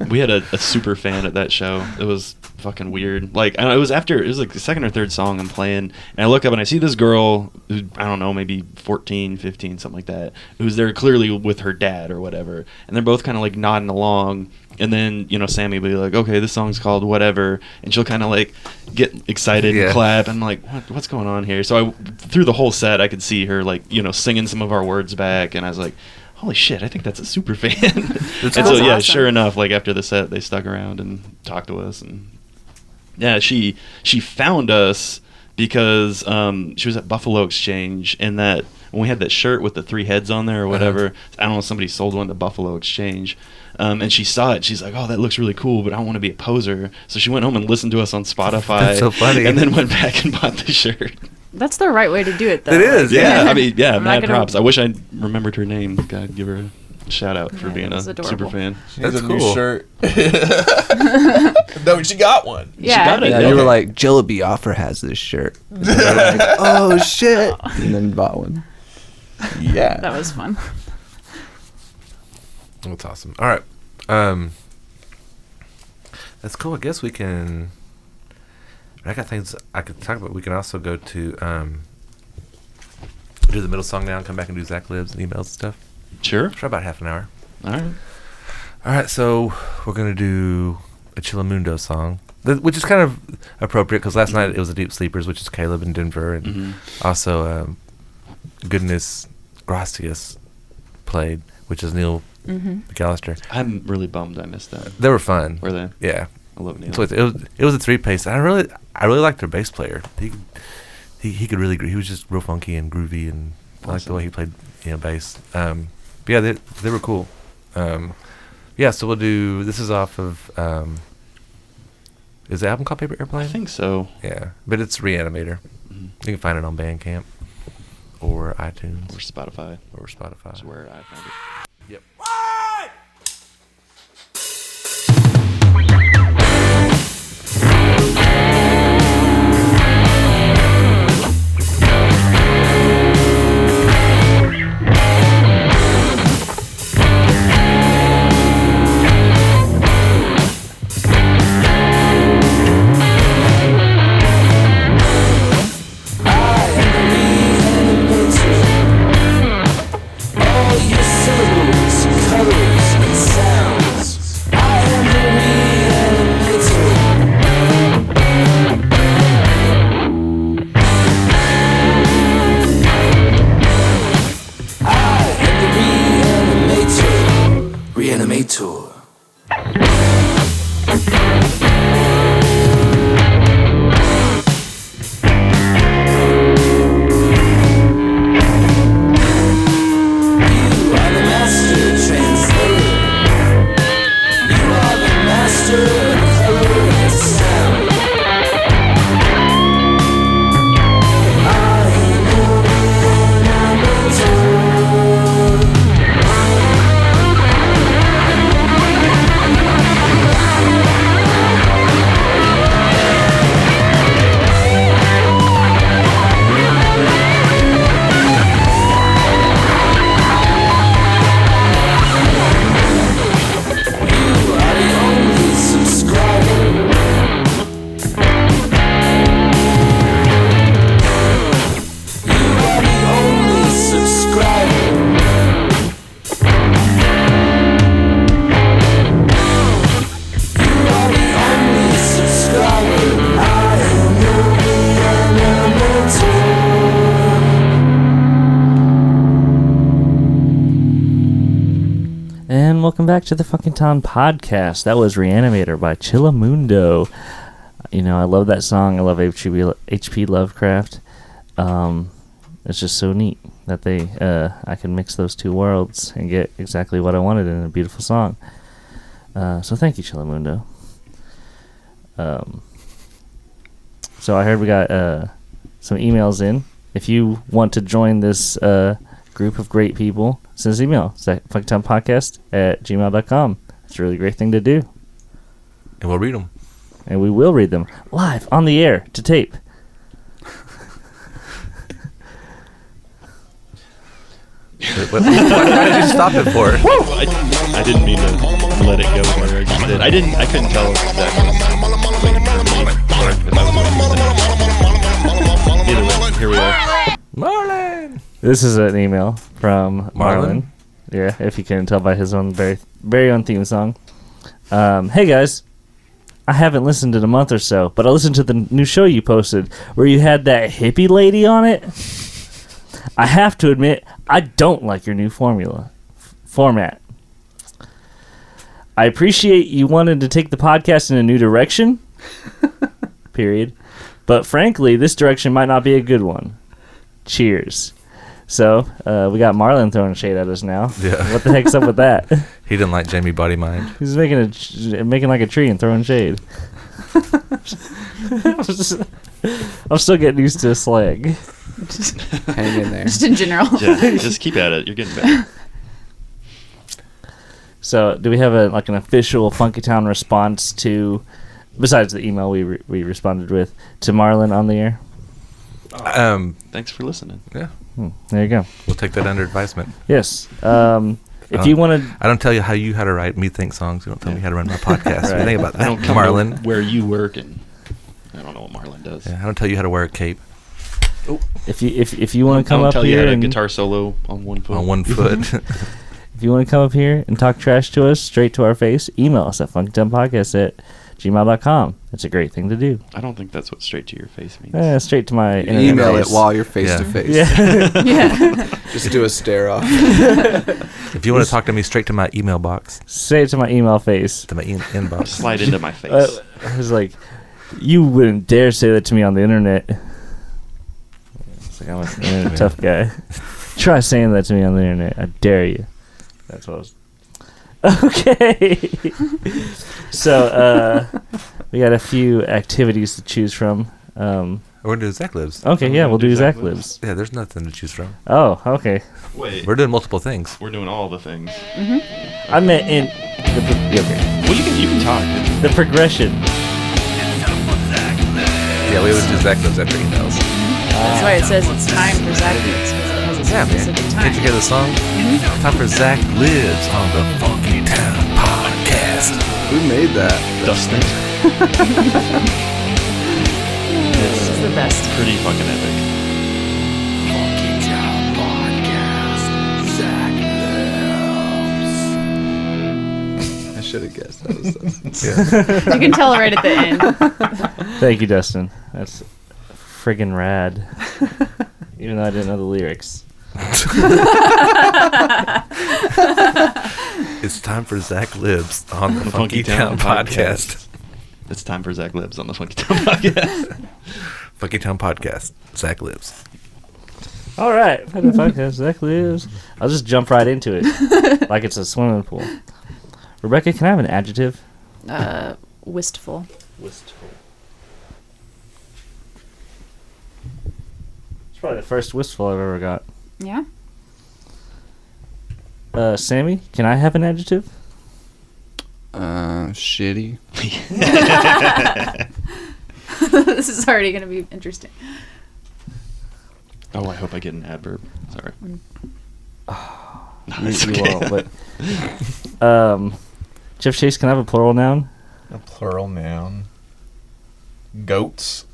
D: We had a, a super fan at that show. It was fucking weird. Like I don't- it was after it was like the second or third song I'm playing, and I look up and I see this girl who I don't know, maybe 14, 15, something like that, who's there clearly with her dad or whatever, and they're both kind of like nodding along. And then you know Sammy will be like, "Okay, this song's called whatever," and she'll kind of like get excited
A: Yeah.
D: and clap. I'm like, what, "What's going on here?" So I through the whole set, I could see her like you know singing some of our words back, and I was like, "Holy shit! I think that's a super fan." and so
F: That's
D: yeah,
F: awesome.
D: sure enough, like after the set, they stuck around and talked to us, and yeah, she she found us because um, she was at Buffalo Exchange, and that when we had that shirt with the three heads on
F: Uh-huh.
D: there or whatever, I don't know, somebody sold one to Buffalo Exchange. Um, and she saw it. She's like, "Oh, that looks really cool, but I want to be a poser." So she went home and listened to us on Spotify.
A: That's so funny.
D: And then went back and bought the shirt.
F: That's the right way to do it, though.
A: It is,
D: Yeah, I mean, yeah,
F: I'm not
D: mad
F: gonna-
D: props. I wish I remembered her name. God, give her a shout out for
F: Yeah,
D: being
F: that
D: a
F: was adorable.
D: super fan.
G: She needs
A: That's
G: a new
A: cool.
G: shirt. no, she got one.
F: Yeah.
D: got it.
H: Yeah,
D: Okay.
H: you were like, Jillaby Offer has this shirt. And I was like, oh shit! And then bought one.
G: Yeah.
F: That was fun.
A: That's awesome. All right. Um, that's cool. I guess we can. I got things I could talk about. We can also go to um, do the middle song now and come back and do Zach Libs and emails and stuff
D: Sure.
A: for about half an hour.
D: All right.
A: All right, so we're gonna do a Chillamundo song, th- which is kind of appropriate because last night it was the Deep Sleepers, which is Caleb in Denver, and
D: Mhm.
A: also um, Goodness Gracias played, which is Neil McAllister.
D: I'm really bummed I missed that.
A: They were fun.
D: Were they?
A: Yeah,
D: I love Neil.
A: so it, it was it was a three piece, and I really I really liked their bass player. He he he could really gr- he was just real funky and groovy, and I liked the
D: Awesome.
A: way he played you know bass. Um, but yeah, they they were cool. Um, yeah, so we'll do this is off of um, is the album called Paper Airplane?
D: I think so.
A: yeah, but it's Reanimator.
D: Mhm.
A: You can find it on Bandcamp or iTunes
D: Or Spotify.
A: or Spotify.
D: That's where I found it.
B: Reanimator. You are the master trainer.
E: everyone. Welcome back to the Fucking Town Podcast. That was Reanimator by Chillamundo. You know, I love that song. I love HP, Lo- HP Lovecraft. Um, it's just so neat that they uh, I can mix those two worlds and get exactly what I wanted in a beautiful song. Uh, so thank you, Chillamundo. Um, so I heard we got uh, some emails in. If you want to join this uh, group of great people, send us an email. Podcast at gmail.com. It's a really great thing to do.
A: and we'll read them.
E: And we will read them live on the air to tape.
A: what, what, what did you stop it for?
D: I, I didn't mean to let it go there. I just did. I didn't. I couldn't tell exactly. Either way, here we are.
A: Marlin.
E: This is an email from
A: Marlon?
E: Marlon. Yeah, if you can tell by his own very very own theme song. Um, hey guys, I haven't listened in a month or so, but I listened to the new show you posted where you had that hippie lady on it. I have to admit, I don't like your new formula f- format. I appreciate you wanted to take the podcast in a new direction. period. But frankly, this direction might not be a good one. Cheers. So uh, we got Marlon throwing shade at us now.
A: Yeah.
E: What the heck's up with that?
A: He didn't like Jamie Body Mind.
E: He's making a tr- making like a tree and throwing shade. I'm, just- I'm still getting used to slang.
F: just,
H: Hang in there.
F: just in general.
D: Yeah, just keep at it. You're getting better.
E: So do we have a like an official Funky Town response to? Besides the email we re- we responded with to Marlon on the air.
D: Oh.
A: Um,
D: Thanks for listening.
E: Hmm, there you go.
A: we'll take that under advisement.
E: Yes. Um, if
A: Uh,
E: you want to
A: I don't tell you how you how to write me think songs. You don't tell me how to run my podcast. What do you
E: Right.
A: Think about that,
D: I don't come
A: Marlon.
D: to where you work, and I don't know what Marlon does.
A: Yeah, I don't tell you how to wear a cape
E: if you if, if you want to
D: I
E: come
D: don't
E: up
D: tell you
E: here
D: how to
E: and
D: guitar solo on one foot.
A: on one foot.
E: if you want to come up here and talk trash to us straight to our face, email us at funkydumbpodcast at gmail.com. It's a great thing to do.
D: I don't think that's what straight to your face means.
E: Eh, straight to my internet
H: Email it
E: face.
H: while you're face to
A: Yeah.
H: face.
E: Yeah.
F: yeah.
H: Just do a stare off.
A: if you want to talk to me, straight to my email box,
E: Say it to my email face.
A: to my in- inbox.
D: Slide into my face.
E: Uh, I was like, you wouldn't dare say that to me on the internet. It's like I'm a, I'm a tough guy. Try saying that to me on the internet. I dare you. That's what I was. Okay. so uh, we got a few activities to choose from. Um,
A: We're gonna do Zach lives.
E: okay, yeah, we'll do Zach lives.
A: Yeah, there's nothing to choose from.
E: Oh, okay.
D: Wait,
A: We're doing multiple things.
D: we're doing all the things.
E: I meant in the, pro- okay.
D: Well, you can you can talk.
E: the progression.
A: Yeah, we always do Zach lives after emails.
F: That's why it says it's time for Zach News, 'cause it has a
A: Yeah, man.
F: specific
A: Can't you hear
F: time.
A: the song? Time for Zach lives on the Funky Town podcast.
H: Who made that?
D: Dustin,
F: It's the best.
D: pretty fucking epic.
H: I should have guessed. That was Dustin.
F: You can tell right at the end.
E: Thank you, Dustin. That's friggin' rad. Even though I didn't know the lyrics.
A: It's time for Zach lives on the,
D: The
A: Funky, Town, podcast.
D: It's time for Zach Libs on the Funky Town podcast.
A: Funky Town podcast. Zach lives.
E: All right, what the fuck exactly is? I'll just jump right into it, like it's a swimming pool. Rebecca, can I have an adjective?
F: Uh, wistful.
E: Wistful. It's probably the first wistful I've ever got.
F: Yeah.
E: Uh, Sammy, can I have an adjective?
H: Uh, shitty.
F: this is already going to be interesting.
D: oh, I hope I get an adverb. Sorry.
E: Mm.
D: No,
E: You-
D: it's
E: you
D: okay.
E: won't, but um, Jeff Chase, can I have a plural noun?
G: A plural noun. Goats.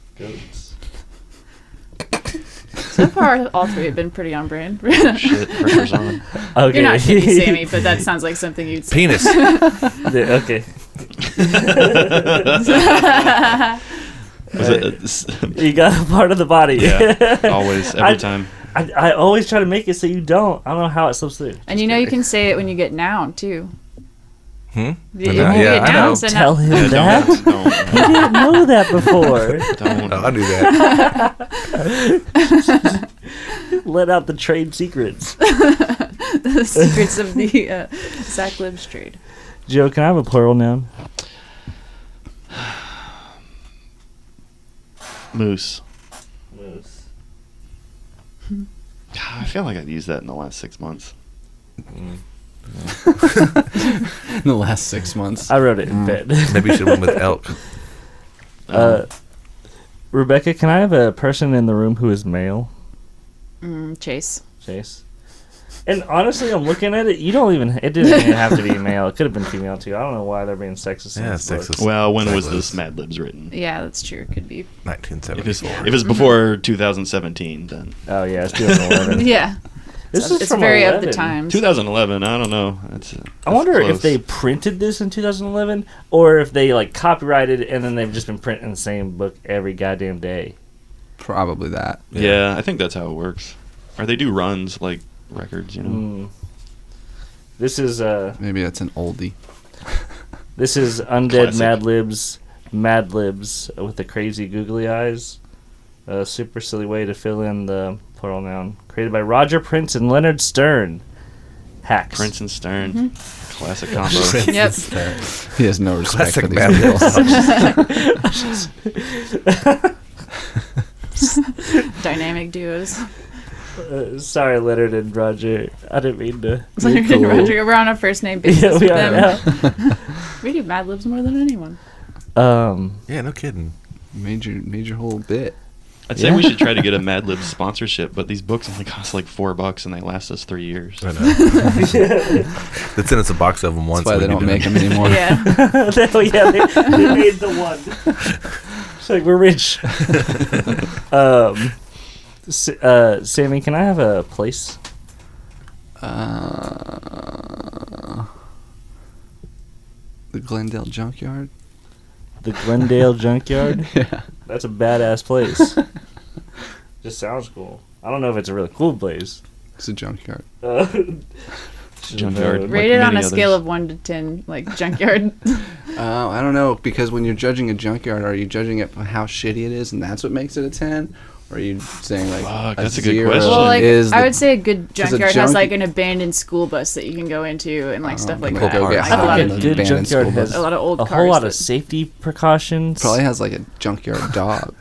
F: So far, all three have been pretty on brand.
D: Shit, pressure's on.
E: Okay.
F: You're not shitty, Sammy, but that sounds like something you'd say.
A: Penis.
E: Yeah, okay.
D: Was it, uh, s-
E: You got a part of the body.
D: yeah, always, every
E: I-
D: time.
E: I, I always try to make it so you don't. I don't know how it slips through.
F: and you know you can say it when you get noun, too.
A: Hmm? No,
F: Yeah, yeah, I know.
E: Don't
F: So now-
E: tell him that.
D: Don't,
E: He
D: don't,
E: didn't know that before.
D: don't.
E: Uh,
A: Oh, I knew that.
E: Let out the trade secrets.
F: the secrets of the uh, Zach Libs trade.
E: Joe, can I have a plural noun?
D: Moose. God, I feel like I've used that in the last six months.
H: in the last six months.
E: I wrote it
D: Mm.
E: in bed.
A: Maybe you should have went with elk.
D: Uh-huh.
E: Uh, Rebecca, can I have a person in the room who is male?
F: Mm, Chase.
E: Chase. And honestly, I'm looking at it. You don't even. It didn't even have to be male. It could have been female too. I don't know why they're being sexist. in
A: Yeah,
E: this book.
A: sexist.
D: Um, well, when was
A: Sexist.
D: this Mad Libs written?
F: Yeah, that's true. It could be.
D: If it's,
A: 1974.
D: if
F: Mm-hmm.
D: it's before 2017, then
E: Oh yeah, it's 2011.
F: Yeah,
E: this is
F: it's
E: from
F: very of
E: 11.
F: the times.
D: 2011. I don't know. That's,
E: I
D: that's
E: wonder if
D: close.
E: they printed this in 2011 or if they like copyrighted it and then they've just been printing the same book every goddamn day.
H: Probably that.
D: Yeah. I think that's how it works. Or they do runs like records, you know.
E: Mm. This is uh
H: Maybe that's an oldie.
E: this is Undead
D: Classic.
E: Mad Libs Mad Libs with the crazy googly eyes. A super silly way to fill in the plural noun. Created by Roger Prince and Leonard Stern. Hacks.
D: Prince and Stern,
F: Mm-hmm.
D: classic combo.
A: Prince
F: Yep.
A: is there.
H: He has no respect
A: Classic
H: for these
A: bad
H: people.
F: Dynamic duos.
E: Uh, sorry, Leonard and Roger. I didn't mean to.
F: Leonard and Roger. We're on a first name
E: Yeah,
F: basis
E: we
F: with
E: are
F: them.
E: now.
F: We do Mad Libs more than anyone.
E: Um,
A: Yeah, no kidding.
H: Major, major whole bit.
D: I'd say we should try to get a Mad Lib sponsorship, but these books only cost like four bucks and they last us three years.
A: I know. they sent us a box of them once. we
H: That's why they
A: knew
H: don't
A: them.
H: make them anymore.
F: Yeah,
E: oh yeah, they, they made the one. It's like we're rich. um, S- uh, Sammy, can I have a place?
H: Uh, the Glendale Junkyard.
E: The Glendale Junkyard.
H: Yeah.
E: That's a badass place. Just sounds cool. I don't know if it's a really cool place.
H: It's a junkyard.
E: Uh,
D: Junkyard.
E: uh,
D: Right.
F: rated on a
D: many
F: scale
D: others.
F: of one to ten, like junkyard.
H: Uh, I don't know because when you're judging a junkyard, are you judging it by how shitty it is, and that's what makes it a ten, or are you saying like
D: Fuck,
H: a
D: that's a good
H: zero
D: question.
F: Well, like
H: is
F: I
H: the-
F: would say a good
H: is a
F: junkyard has
H: junky-
F: like an abandoned school bus that you can go into and like
H: Oh,
F: stuff like
H: like
F: that.
H: go get
F: Like, a,
E: a
F: lot of,
H: high.
F: Oh.
H: Abandoned
E: good
H: abandoned
E: junkyard
H: school
E: has
F: a lot of old
E: a
F: cars.
E: whole lot of
F: that-
E: safety precautions.
H: probably has like a junkyard dog.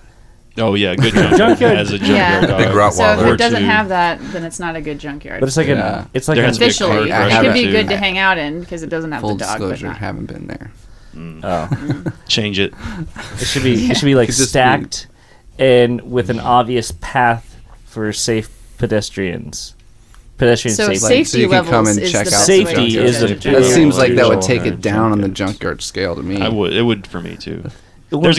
D: Oh yeah, good junkyard.
E: Junkyard.
D: As a
F: Yeah.
D: junkyard
A: Big
D: dog.
A: rock
F: so if
A: Rottweiler.
F: it doesn't
D: Or two.
F: have that, then it's not a good junkyard.
E: but it's like
H: Yeah.
E: an it's like
D: There
E: an
D: has to be a
F: officially,
D: car
F: it could
H: crash.
F: be good to
H: Yeah.
F: hang out in because it doesn't have
H: Full
F: the dog.
H: disclosure,
F: but not.
H: haven't been there.
E: oh.
D: Change it.
E: It should be it should be like
H: Could just be-
E: stacked and with an obvious path for safe pedestrians. Pedestrian
F: So
E: safety.
H: like-
F: safety
H: so you can
F: levels
H: come and
F: is
H: check
F: the
H: out
F: best
E: Safety
F: way to
E: is the Yeah.
F: judge a
H: That
F: junkyard.
E: Yeah.
H: seems like that would
E: Yeah.
H: take it down on the
E: Junkyards.
H: junkyard scale to me.
D: I would. It would for me
E: It
D: too. There's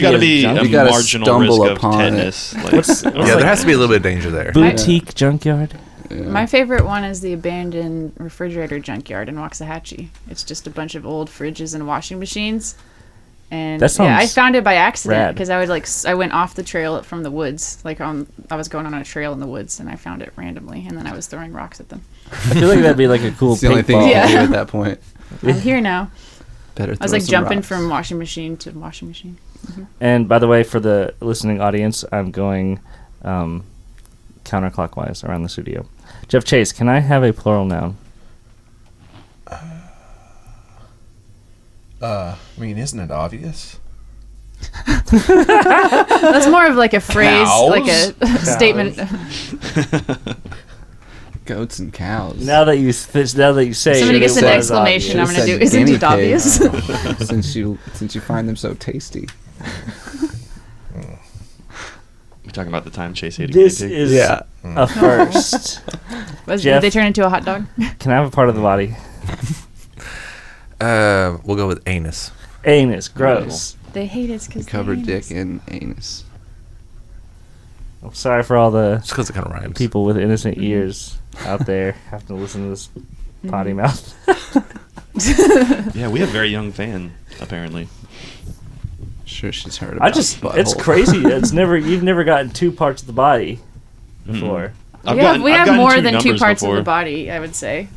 E: wouldn't
D: got to be a,
E: junkyard.
H: You gotta um,
D: marginal risk
H: stumble
D: of
H: upon it.
D: tetanus. Like,
E: What's-
D: or-
E: what's
A: Yeah,
E: like-
A: there has to be a little bit of danger there.
E: boutique junkyard.
F: My favorite one is the abandoned refrigerator junkyard in Waxahachie. It's just a bunch of old fridges and washing machines. And
E: That
F: yeah, I
E: sounds
F: found it by accident
E: rad.
F: because I would like s- I went off the trail from the woods, like on I was going on a trail in the woods and I found it randomly and then I was throwing rocks at them.
E: I feel like that'd be like a cool
H: It's the only
E: pink
H: thing
E: ball.
H: you can
F: Yeah.
H: do at that point.
F: I'm here now. I
H: Better.
F: was
H: throw
F: like
H: some
F: jumping
H: rocks.
F: from washing machine to washing machine.
E: And by the way, for the listening audience, I'm going um, counterclockwise around the studio. Jeff Chase, can I have a plural noun?
G: I mean, isn't it obvious?
F: That's more of like a phrase,
G: Cows?
F: like a statement.
H: goats and cows.
E: Now that you s- now that you say,
F: Somebody
E: it,
F: gets
E: it
F: an
E: was uh,
F: exclamation. I'm
E: obvious.
F: gonna
H: Said
F: do. Isn't
H: guinea
F: it
H: pig.
F: obvious?
H: since you since you find them so tasty.
D: we talking about the time Chase ate a
E: This
D: guinea pig?
E: is a first.
F: Was-
E: Jeff.
F: Did they turn into a hot dog?
E: Can I have a part of the body?
A: Uh, we'll go with anus.
E: Anus, gross.
F: They hate us because
H: Covered dick and anus.
E: I'm Oh, sorry for all the
A: Just because it kind of rhymes.
E: people with innocent ears out there have to listen to this potty
F: Mm-hmm.
E: mouth.
D: Yeah, we have very young fan apparently.
H: Sure, she's heard about.
E: I just it's
H: butthole.
E: crazy. It's never you've never gotten two parts of the body before.
F: We
D: I've
F: have,
D: gotten-
F: we
D: I've
F: have
D: gotten
F: more than two
D: numbers
F: parts of
D: before.
F: the body, I would say.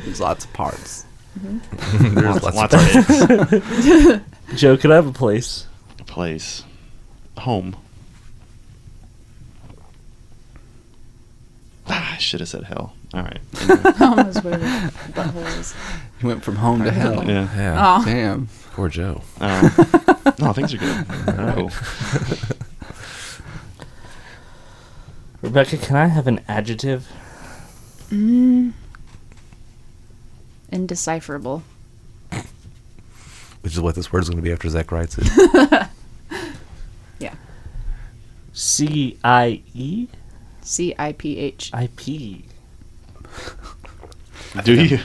H: There's lots of parts.
A: There's
D: lots,
A: lots,
D: lots
A: of
D: of it.
E: Joe, could I have a place?
D: Place. Home. Ah, I should have said hell. All right.
F: Almost where the butthole is.
H: You went from home to hell.
D: Yeah.
A: Yeah.
F: Oh,
H: Damn.
A: Poor Joe.
D: Um, no, things are good. Oh.
E: Rebecca, can I have an adjective?
F: indecipherable.
A: Which is what this word's going to be after Zach writes it.
E: C I E
F: C I P H.
E: I P.
D: Do you?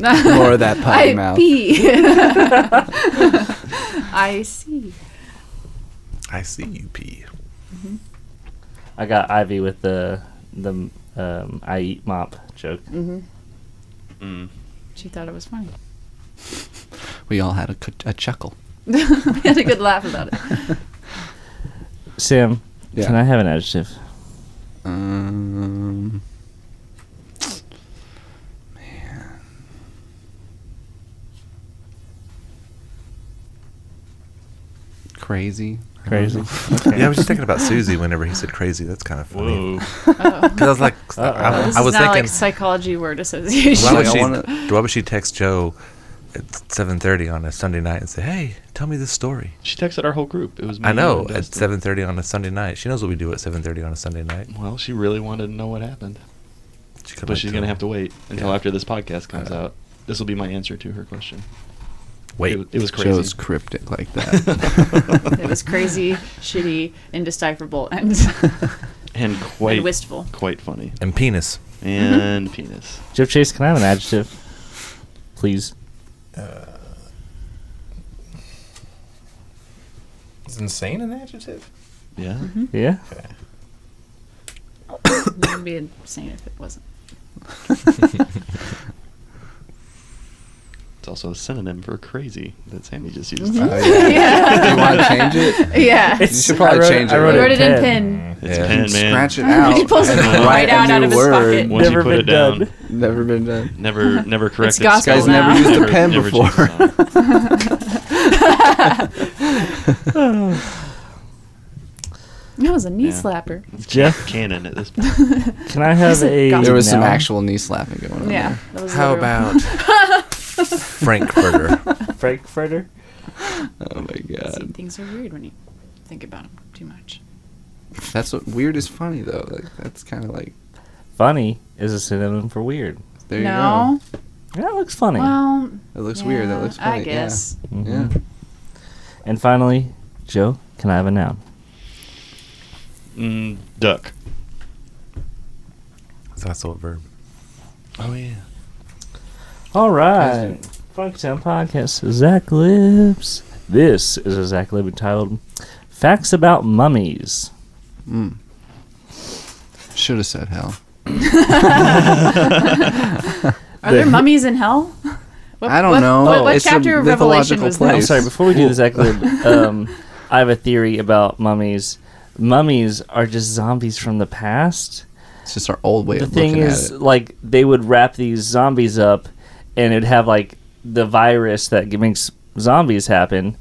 H: More of that potty
F: I
H: mouth.
F: P. I see.
A: I see you pee.
E: I got Ivy with the the um, I eat mop joke.
D: Mm.
F: She thought it was funny.
H: We all had a, cu- a chuckle.
F: we had a good laugh about it.
E: Sam,
H: Yeah.
E: can I have an adjective?
H: Um, man. Crazy.
E: Crazy.
A: Yeah, I was just thinking about Susie whenever he said crazy. That's kind of funny.
D: Whoa.
A: Because I was like, I,
F: This
A: I was
F: is not
A: thinking,
F: like psychology word association.
A: why, would
H: Like, I
A: she,
H: wanna-
A: why would she text Joe at 7.30 on a Sunday night and say, hey, tell me this story?
D: She texted our whole group. Mm-hmm. It was me.
A: I know,
D: and
A: at
D: Dustin.
A: 7.30 on a Sunday night. She knows what we do at 7.30 on a Sunday night.
D: Well, she really wanted to know what happened,
A: She
D: but she's gonna have to wait until after this podcast comes out. This will be my answer to her question.
A: Uh, Wait.
D: It, it was crazy.
H: Joe's cryptic like that.
F: It was crazy, shitty, indecipherable, and,
D: and quite
F: and wistful.
D: quite funny.
A: And penis.
F: Mm-hmm.
D: And penis.
E: Joe Chase, can I have an adjective? Please.
G: Is insane an adjective?
D: Yeah.
F: Mm-hmm.
E: Yeah?
F: It would be insane if it wasn't.
D: It's also a synonym for crazy that Sandy just used.
H: Mm-hmm. you want to change it?
F: Yeah.
E: It's,
H: should probably
E: I wrote,
H: change
E: I
H: it,
E: wrote
F: I
H: right?
E: it,
F: wrote it in
E: pen.
F: pen.
D: It's
A: Yeah.
D: pen, man.
H: Scratch it
F: He
H: out.
F: pulls it
H: and
F: right
H: write a
F: out, out
H: new
F: of his
H: word.
F: pocket.
D: Once
E: Never
D: you put
E: been
D: it down,
E: done.
H: Never been done.
D: never never corrected.
F: gospel
H: Guys
F: Well, now-
H: never used a
D: Never-
H: pen
D: never uh,
H: before.
D: changed the sign.
F: That was a knee
D: Yeah.
F: slapper.
E: Jeff,
D: canon at this point.
E: can I have a.
F: There
H: There was some
E: noun?
H: actual knee slapping going on.
F: Yeah.
H: there.
F: That was
H: How
F: literal.
H: about?
A: Frankfurter.
E: Frankfurter?
H: Oh my
F: See,
H: god.
F: things are weird when you think about them too much.
H: That's what weird is funny though. Like that's kind of like
E: Funny is a synonym for weird.
H: there you
F: no.
E: That looks funny.
F: Well,
H: go. That looks weird. That
F: yeah,
H: looks funny.
F: I guess.
H: Yeah.
E: Mhm.
H: yeah.
E: And finally, Joe, can I have a noun?
D: Mm, duck.
A: It's also a verb.
D: Oh yeah.
E: All right. Funktown Podcast, Zach Lips. This is a Zach Lib entitled Facts About Mummies.
H: Should have said hell.
F: Are there mummies in hell? What,
H: I don't
F: what-
H: know.
F: What, what
H: It's a
F: chapter of Revelation
H: mythological
F: was
H: place.
E: I'm
F: that?
E: sorry, before we do the Zach Lib, um, I have a theory about mummies. Mummies are just zombies from the past.
H: It's just our old way
E: the
H: of
E: thing
H: looking
E: is
H: at it.
E: like they would wrap these zombies up and it'd have like the virus that g- makes zombies happen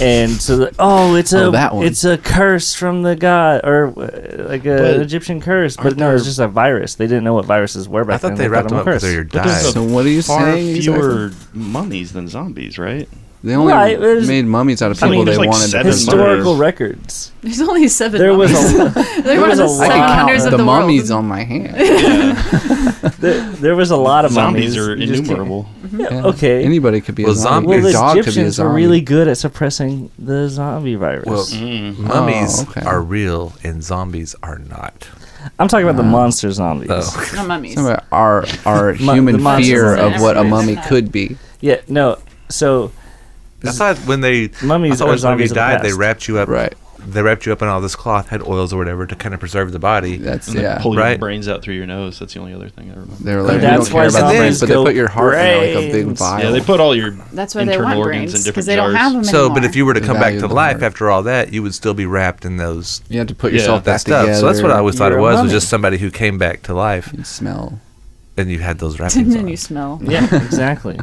E: and so the, oh it's a
H: Oh, that one.
E: it's a curse from the god or uh, like a,
D: But
E: an egyptian curse but
D: aren't
E: no it's
D: there-
E: just a virus they didn't know what viruses were back
A: I thought
E: then
A: they wrapped them
E: them
A: up because they're your
D: But there's
A: dive.
H: So what are you
D: Far
H: saying? exactly?
D: fewer mummies than zombies, right?
H: They only
E: Right, there's-
H: made mummies out of
D: I
H: people
D: mean,
H: they
D: there's like
H: wanted. to
D: seven
H: put in
E: historical
D: mummies.
E: records
F: There's only seven
E: there was
F: mummies.
E: a
F: They're one
E: was
F: of the
E: a lot.
H: I
F: seven
H: can
F: wonders
H: count
F: of the,
H: the
F: world.
H: mummies on my hand.
E: there, there was a lot of mummies.
D: Zombies are
E: You just can't-
D: innumerable.
E: Yeah,
H: Yeah.
E: okay
H: Anybody could be
A: Well,
H: a zombie.
A: zombies-
E: well
H: Your
E: the
H: dog could be a
E: egyptians were
H: zombie.
E: really good at suppressing the zombie virus
A: Well, Mummies
H: Oh, okay.
A: are real and zombies are not.
E: i'm talking about
H: uh,
E: the monster zombies
H: oh.
F: No mummies.
H: Some of our our
E: Mu- the
H: human
E: monsters
H: fear
E: and
H: of what a
F: everything.
H: mummy could be.
E: yeah no so
A: I thought when they
E: Mummies
A: I thought
E: are
A: when somebody
E: zombies of the
A: died, they
E: past.
A: wrapped you up.
H: Right.
A: They wrapped you up in all this cloth, had oils or whatever to kind of preserve the body.
H: That's
D: They
H: yeah.
D: Pull your
A: Right.
D: brains out through your nose. That's the only other thing I remember.
H: They were like, we
E: That's
H: don't
E: why
H: care about
A: zombies
H: brains, but they
E: go
H: put your heart in like a big
E: brains.
H: vial.
D: Yeah, they put all your
F: That's why they want
D: internal organs
F: brains
D: in different
F: because they don't
D: jars.
F: have them
A: So,
F: anymore.
A: but if you were to
H: The
A: come back
H: value
A: to
H: of the
A: life
H: heart.
A: after all that, you would still be wrapped in those
H: you had to put
D: Yeah,
H: yourself
A: that
H: back
A: stuff.
H: together.
A: So that's what I always thought
E: You're
A: it
E: a
A: was
E: mummy.
A: was just somebody who came back to life.
H: and smell.
A: and you had those
F: and
A: wrappings
F: then
A: on.
F: you smell
E: Yeah, exactly.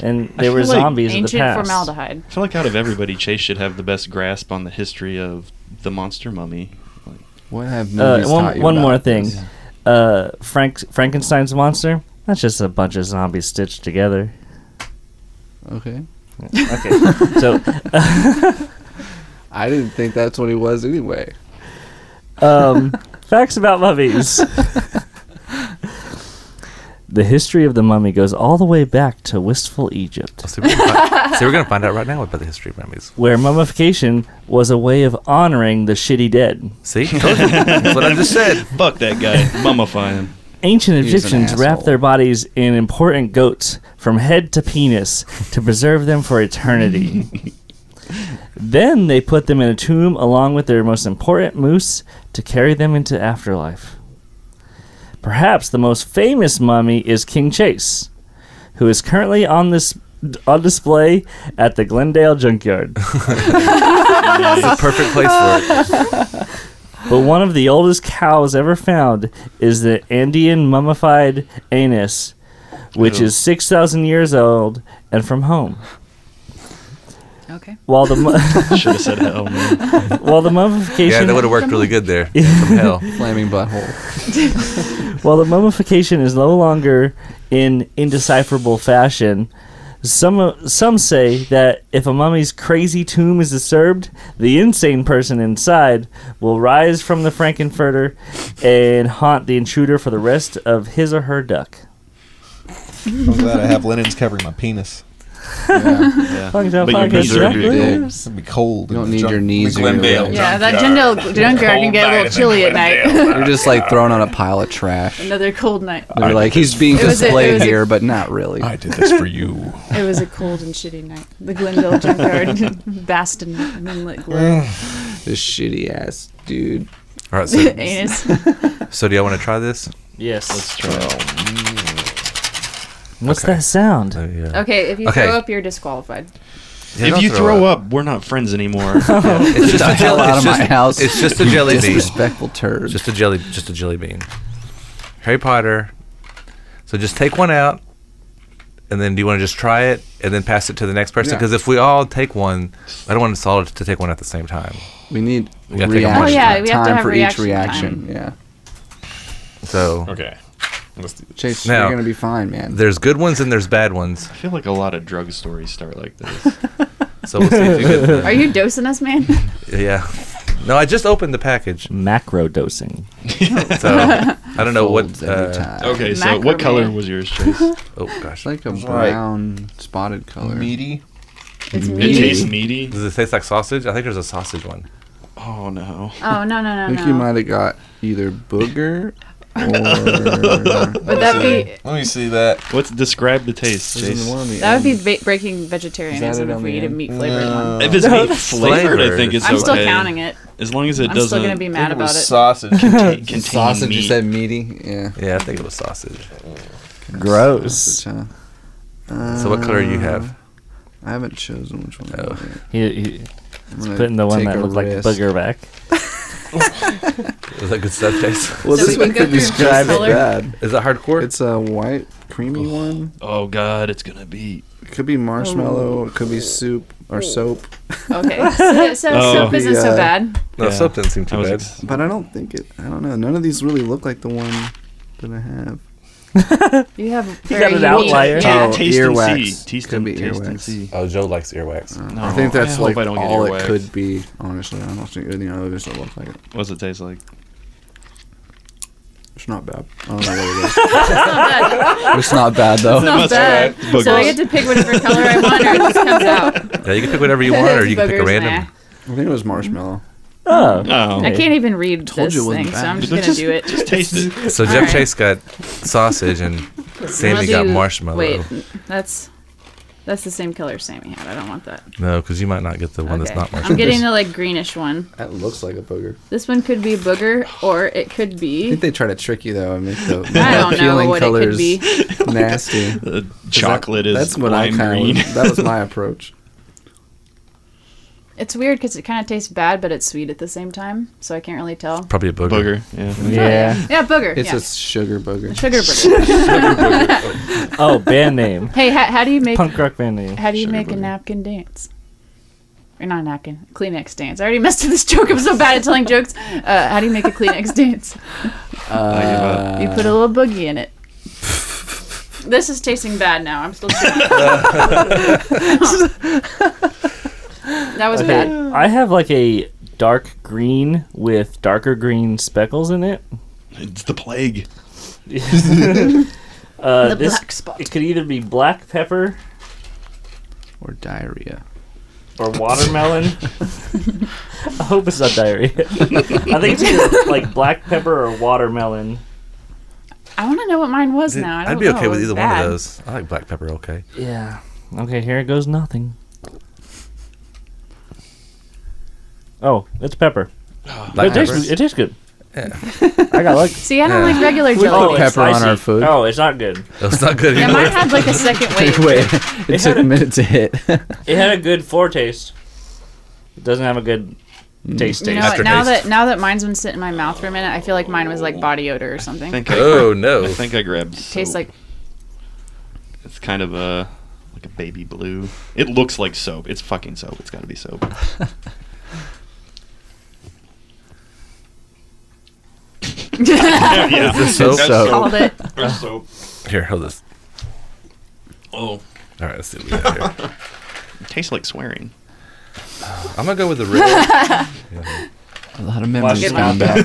E: and they
D: I
E: were
D: feel like
E: zombies of the
F: ancient
E: past.
F: formaldehyde.
D: I feel like out of everybody, Chase should have the best grasp on the history of the monster mummy. Like,
H: What have
E: Uh,
H: movies taught
E: one
H: you
E: one
H: about
E: more
H: this?
E: thing. Uh, Frank Frankenstein's monster. That's just a bunch of zombies stitched together.
H: Okay.
E: Okay, so
H: I didn't think that's what he was anyway.
E: um, facts about mummies. the history of the mummy goes all the way back to wistful Egypt.
A: So we're, gonna find, so we're gonna find out right now about the history of mummies.
E: where mummification was a way of honoring the shitty dead.
A: See, Told you. that's what I just said.
D: fuck that guy, mummify him.
E: Ancient
H: He's an
E: Egyptians wrapped
H: asshole.
E: their bodies in important goats from head to penis to preserve them for eternity. then they put them in a tomb along with their most important moose to carry them into afterlife. Perhaps the most famous mummy is King Chase, who is currently on this on display at the Glendale Junkyard.
A: It's the perfect place for it.
E: But one of the oldest cows ever found is the Andean mummified anus, which
D: Ew.
E: is 6,000 years old and from home.
F: Okay.
E: While the, mu-
D: Should have said hell, man.
E: while the mummification
A: Yeah, that would have worked really good there. From hell.
H: Flaming butthole.
E: While the mummification is no longer in indecipherable fashion, some some say that if a mummy's crazy tomb is disturbed, the insane person inside will rise from the Frankenfurter and haunt the intruder for the rest of his or her duck.
G: I'm glad I have linens covering my penis.
H: Yeah.
D: Yeah.
E: Fuck, don't
D: But you
E: fuck, that's
D: deserve your
E: right.
H: dick.
G: It's gonna be cold.
H: You
G: in
H: don't
G: the
H: need
G: junk-
H: your knees or your
A: Glendale.
H: legs.
A: Yeah.
F: Yeah, that Glendale junkyard can get a little chilly at night.
H: You're just like thrown on a pile of trash.
F: Another cold night.
H: They're like, he's being
F: It was a- it
H: displayed
F: was a-
H: here, but not really.
G: I did this for you.
F: It was a cold and shitty night. The Glendale junkyard, vast in moonlit glow.
H: This shitty ass dude.
A: All right, so
F: Anus.
A: so do y'all want to try this?
E: Yes.
D: Well,
E: What's
A: Okay.
E: that sound?
A: Uh, yeah.
F: Okay, if you
A: Okay.
F: throw up, you're disqualified.
A: Yeah,
D: if
A: don't
D: you throw up, we're not friends anymore.
A: it's just a
H: hell
A: jelly.
H: out
A: It's
H: of my
A: just,
H: house,
A: it's just a jelly bean.
H: Disrespectful turd.
A: Just a jelly. Just a jelly bean. Harry Potter. So just take one out, and then do you want to just try it and then pass it to the next person?
H: Yeah.
A: Because if we all take one, I don't want us all to take one at the same time.
H: we need
A: gotta take a
H: reaction.
A: Oh,
F: yeah, we have to
H: time
F: have
H: for
F: reaction
H: each reaction. Yeah.
A: So
C: Okay. Let's do this.
H: Chase,
A: Now-
H: you're gonna be fine, man.
A: there's good ones and there's bad ones.
D: I feel like a lot of drug stories start like this.
A: So we'll see if you can.
F: Are you dosing us, man?
A: Yeah. No, I just opened the package,
E: Macro dosing.
A: so I don't know what.
H: Folds every
A: Uh,
H: time.
D: Okay, so
F: Macrame.
D: what color was yours, Chase?
A: oh gosh,
H: It's like a
G: It's like-
H: brown spotted color.
G: Meaty.
F: It's
D: It tastes
F: meaty.
D: meaty.
A: does it taste like sausage? I think there's a sausage one.
D: Oh no.
F: Oh no no no
H: I think
F: no.
H: you might have got either booger or
F: Would that be
G: Let me see that.
D: What's describe the taste,
H: Isn't
D: Chase?
H: one on the
F: that would be
H: end?
F: ba- breaking vegetarianism
H: it
F: if
H: on
F: we
H: the
F: eat a
H: end?
F: meat flavored
G: Um,
A: Uh,
F: one?
D: If it's
E: No,
D: meat
E: that's
D: flavored, I
A: flavored.
D: think it's
F: I'm
D: okay.
A: uh,
F: still counting it.
D: As long as it
F: I'm
D: doesn't
F: still gonna be mad
G: it was
F: about it.
G: sausage.
D: contain, contain
H: sausage. You
D: meat.
H: said meaty. Yeah.
A: Yeah, I think it was sausage.
E: Gross.
H: Sausage, huh?
A: So what color do you have?
H: um, Uh. I haven't chosen which one.
A: Oh.
E: He, he
H: I'm gonna
E: putting the one
H: take
E: that
H: a
E: looked like
H: risk.
E: booger back.
A: Is that good stuff, Chase?
H: Well,
F: So
H: this
F: we
H: one
F: can
H: could
F: go through
H: describe
F: each
H: it
F: color?
H: bad.
A: Is that hardcore?
H: It's a white, creamy one.
D: Oh god, it's gonna be.
H: It could be
F: Oh.
H: marshmallow. It could be soup or soap.
F: Okay, so, so
D: Oh.
F: soup isn't
H: Yeah.
F: so bad.
A: no,
D: yeah.
A: soap doesn't seem
D: I
A: too
D: was
A: bad.
D: ex-
H: But I don't think it. I don't know. None of these really look like the one that I have.
F: You have
E: got
F: very
E: an
F: unique-
E: outlier.
F: Yeah.
H: Oh,
D: taste and see.
H: earwax.
D: Taste
H: Could
D: and,
H: be
D: taste and
H: earwax.
D: see.
A: oh, Joe likes earwax.
H: Uh,
D: No,
H: I think
D: I
H: that's
D: hope
H: like
D: I don't get
H: all it
D: earwax.
H: could be. Honestly, I don't think anything other than look like it.
D: What's it taste like?
H: It's not bad. I don't know what it is. it's not bad though.
F: Not bad.
D: Boogers.
F: So I get to pick whatever color I want, or it just comes out.
A: Yeah, you can pick whatever you want, or you can pick a
F: Boogers,
A: random.
F: nah.
H: I think it was marshmallow.
E: Oh.
D: Oh.
F: I can't even read
H: Told
F: this
H: you it wasn't
F: thing, so
H: bad.
F: I'm just
D: But
F: gonna
D: just-
F: do it.
D: Just taste it.
A: So
F: All
A: Jeff
F: right.
A: Chase got sausage and Sammy
F: I'll
A: got
F: do-
A: marshmallow.
F: Wait, that's that's the same color Sammy had. I don't want that.
A: No, because you might not get the one
F: Okay.
A: that's not marshmallow.
F: I'm getting the like greenish one.
H: That looks like a booger.
F: This one could be booger, or it could
H: I think
F: be.
H: they try to trick you though and make the
F: I don't know
H: appealing
F: what
H: colors
F: it could be.
H: nasty.
D: The chocolate is
H: that's what I
D: lime
H: kind
D: green.
H: of. That was my approach.
F: It's weird because it kind of tastes bad, but it's sweet at the same time, so I can't really tell.
A: Probably a booger.
D: Booger. Yeah.
E: Yeah.
F: Yeah, booger.
H: It's
F: yeah.
H: a sugar booger.
F: sugar booger.
E: Oh, band name.
F: hey, how, how do you make
E: Punk rock band name.
F: how do you
H: Sugar
F: make a
H: booger.
F: napkin dance? Or not a napkin, Kleenex dance. I already messed up this joke. I'm so bad at telling jokes. Uh, how do you make a Kleenex dance?
H: Uh,
F: You put a little boogie in it. This is tasting bad now. I'm still. that was bad.
E: I have like a dark green with darker green speckles in it.
D: It's the plague.
E: Uh,
F: the
E: this,
F: black spot.
E: It could either be black pepper
H: or diarrhea.
E: or watermelon. I hope it's not diarrhea. I think it's either like black pepper or watermelon.
F: I want to know what mine was
A: Dude,
F: now. I don't
A: I'd be
F: know.
A: okay
F: It
A: with
F: was
A: either one
F: bad.
A: of those. I like black pepper. Okay.
E: Yeah. Okay, here it goes nothing. Oh, it's pepper.
A: Black
E: it, tastes,
A: pepper.
E: it tastes good. I got like
F: See, I don't
A: Yeah.
F: like regular
E: oh,
F: jelly.
E: it's
H: pepper on
E: spicy.
H: our food.
E: Oh, it's not good.
A: It's not good.
F: Yeah,
A: anymore.
F: mine had like a second
H: Wait,
F: wave.
H: it took a minute to hit.
E: It had a good foretaste. It doesn't have a good taste. taste.
F: You know, what, now
A: Aftertaste.
F: that now that mine's been sitting in my mouth for a minute, I feel like mine was like body odor or
D: I
F: something.
D: think I,
A: oh no.
D: I think I grabbed.
F: Tastes
D: soap.
F: like
D: it's kind of a like a baby blue. It looks like soap. It's fucking soap. It's got to be soap. yeah,
A: Is this soap?
F: called it.
D: That's soap.
A: Here, hold this.
D: Oh,
A: All right, let's see what we got here.
D: it tastes like swearing.
A: I'm gonna go with the red.
H: A lot of memories
E: Get
H: coming back.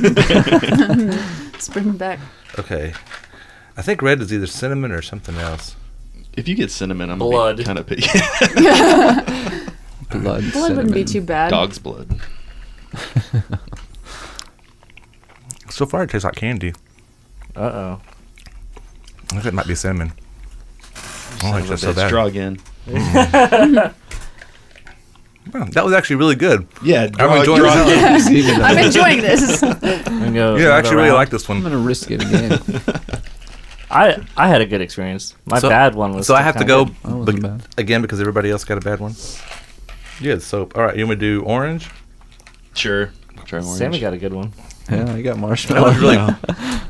F: It's bringing back.
A: Okay. I think red is either cinnamon or something else.
D: If you get cinnamon, I'm
E: Blood.
D: kind of picky.
H: Blood,
F: Blood wouldn't be too bad.
D: Dog's blood.
A: So far, it tastes like candy.
E: Uh oh.
A: I think it might be cinnamon. I don't like that so
D: That's
A: bad. Mm-hmm.
D: draw again.
A: Wow, that was actually really good.
D: Yeah, draw,
A: enjoying
D: draw
A: myself.
D: again.
F: I'm enjoying this.
A: Yeah, I actually really like this
H: I'm
A: one.
H: gonna risk it again.
E: I I had a good experience. My
A: So-
E: bad one was.
A: So I have to
E: kinda
A: go
E: good.
H: That Oh, wasn't
A: be-
H: bad.
A: again because everybody else got a bad one. Yeah, it's soap. All right, you want me to do orange?
D: Sure. Try orange.
E: Sammy got a good one.
H: Yeah, I got
A: That
H: marshmallow.
A: was really. that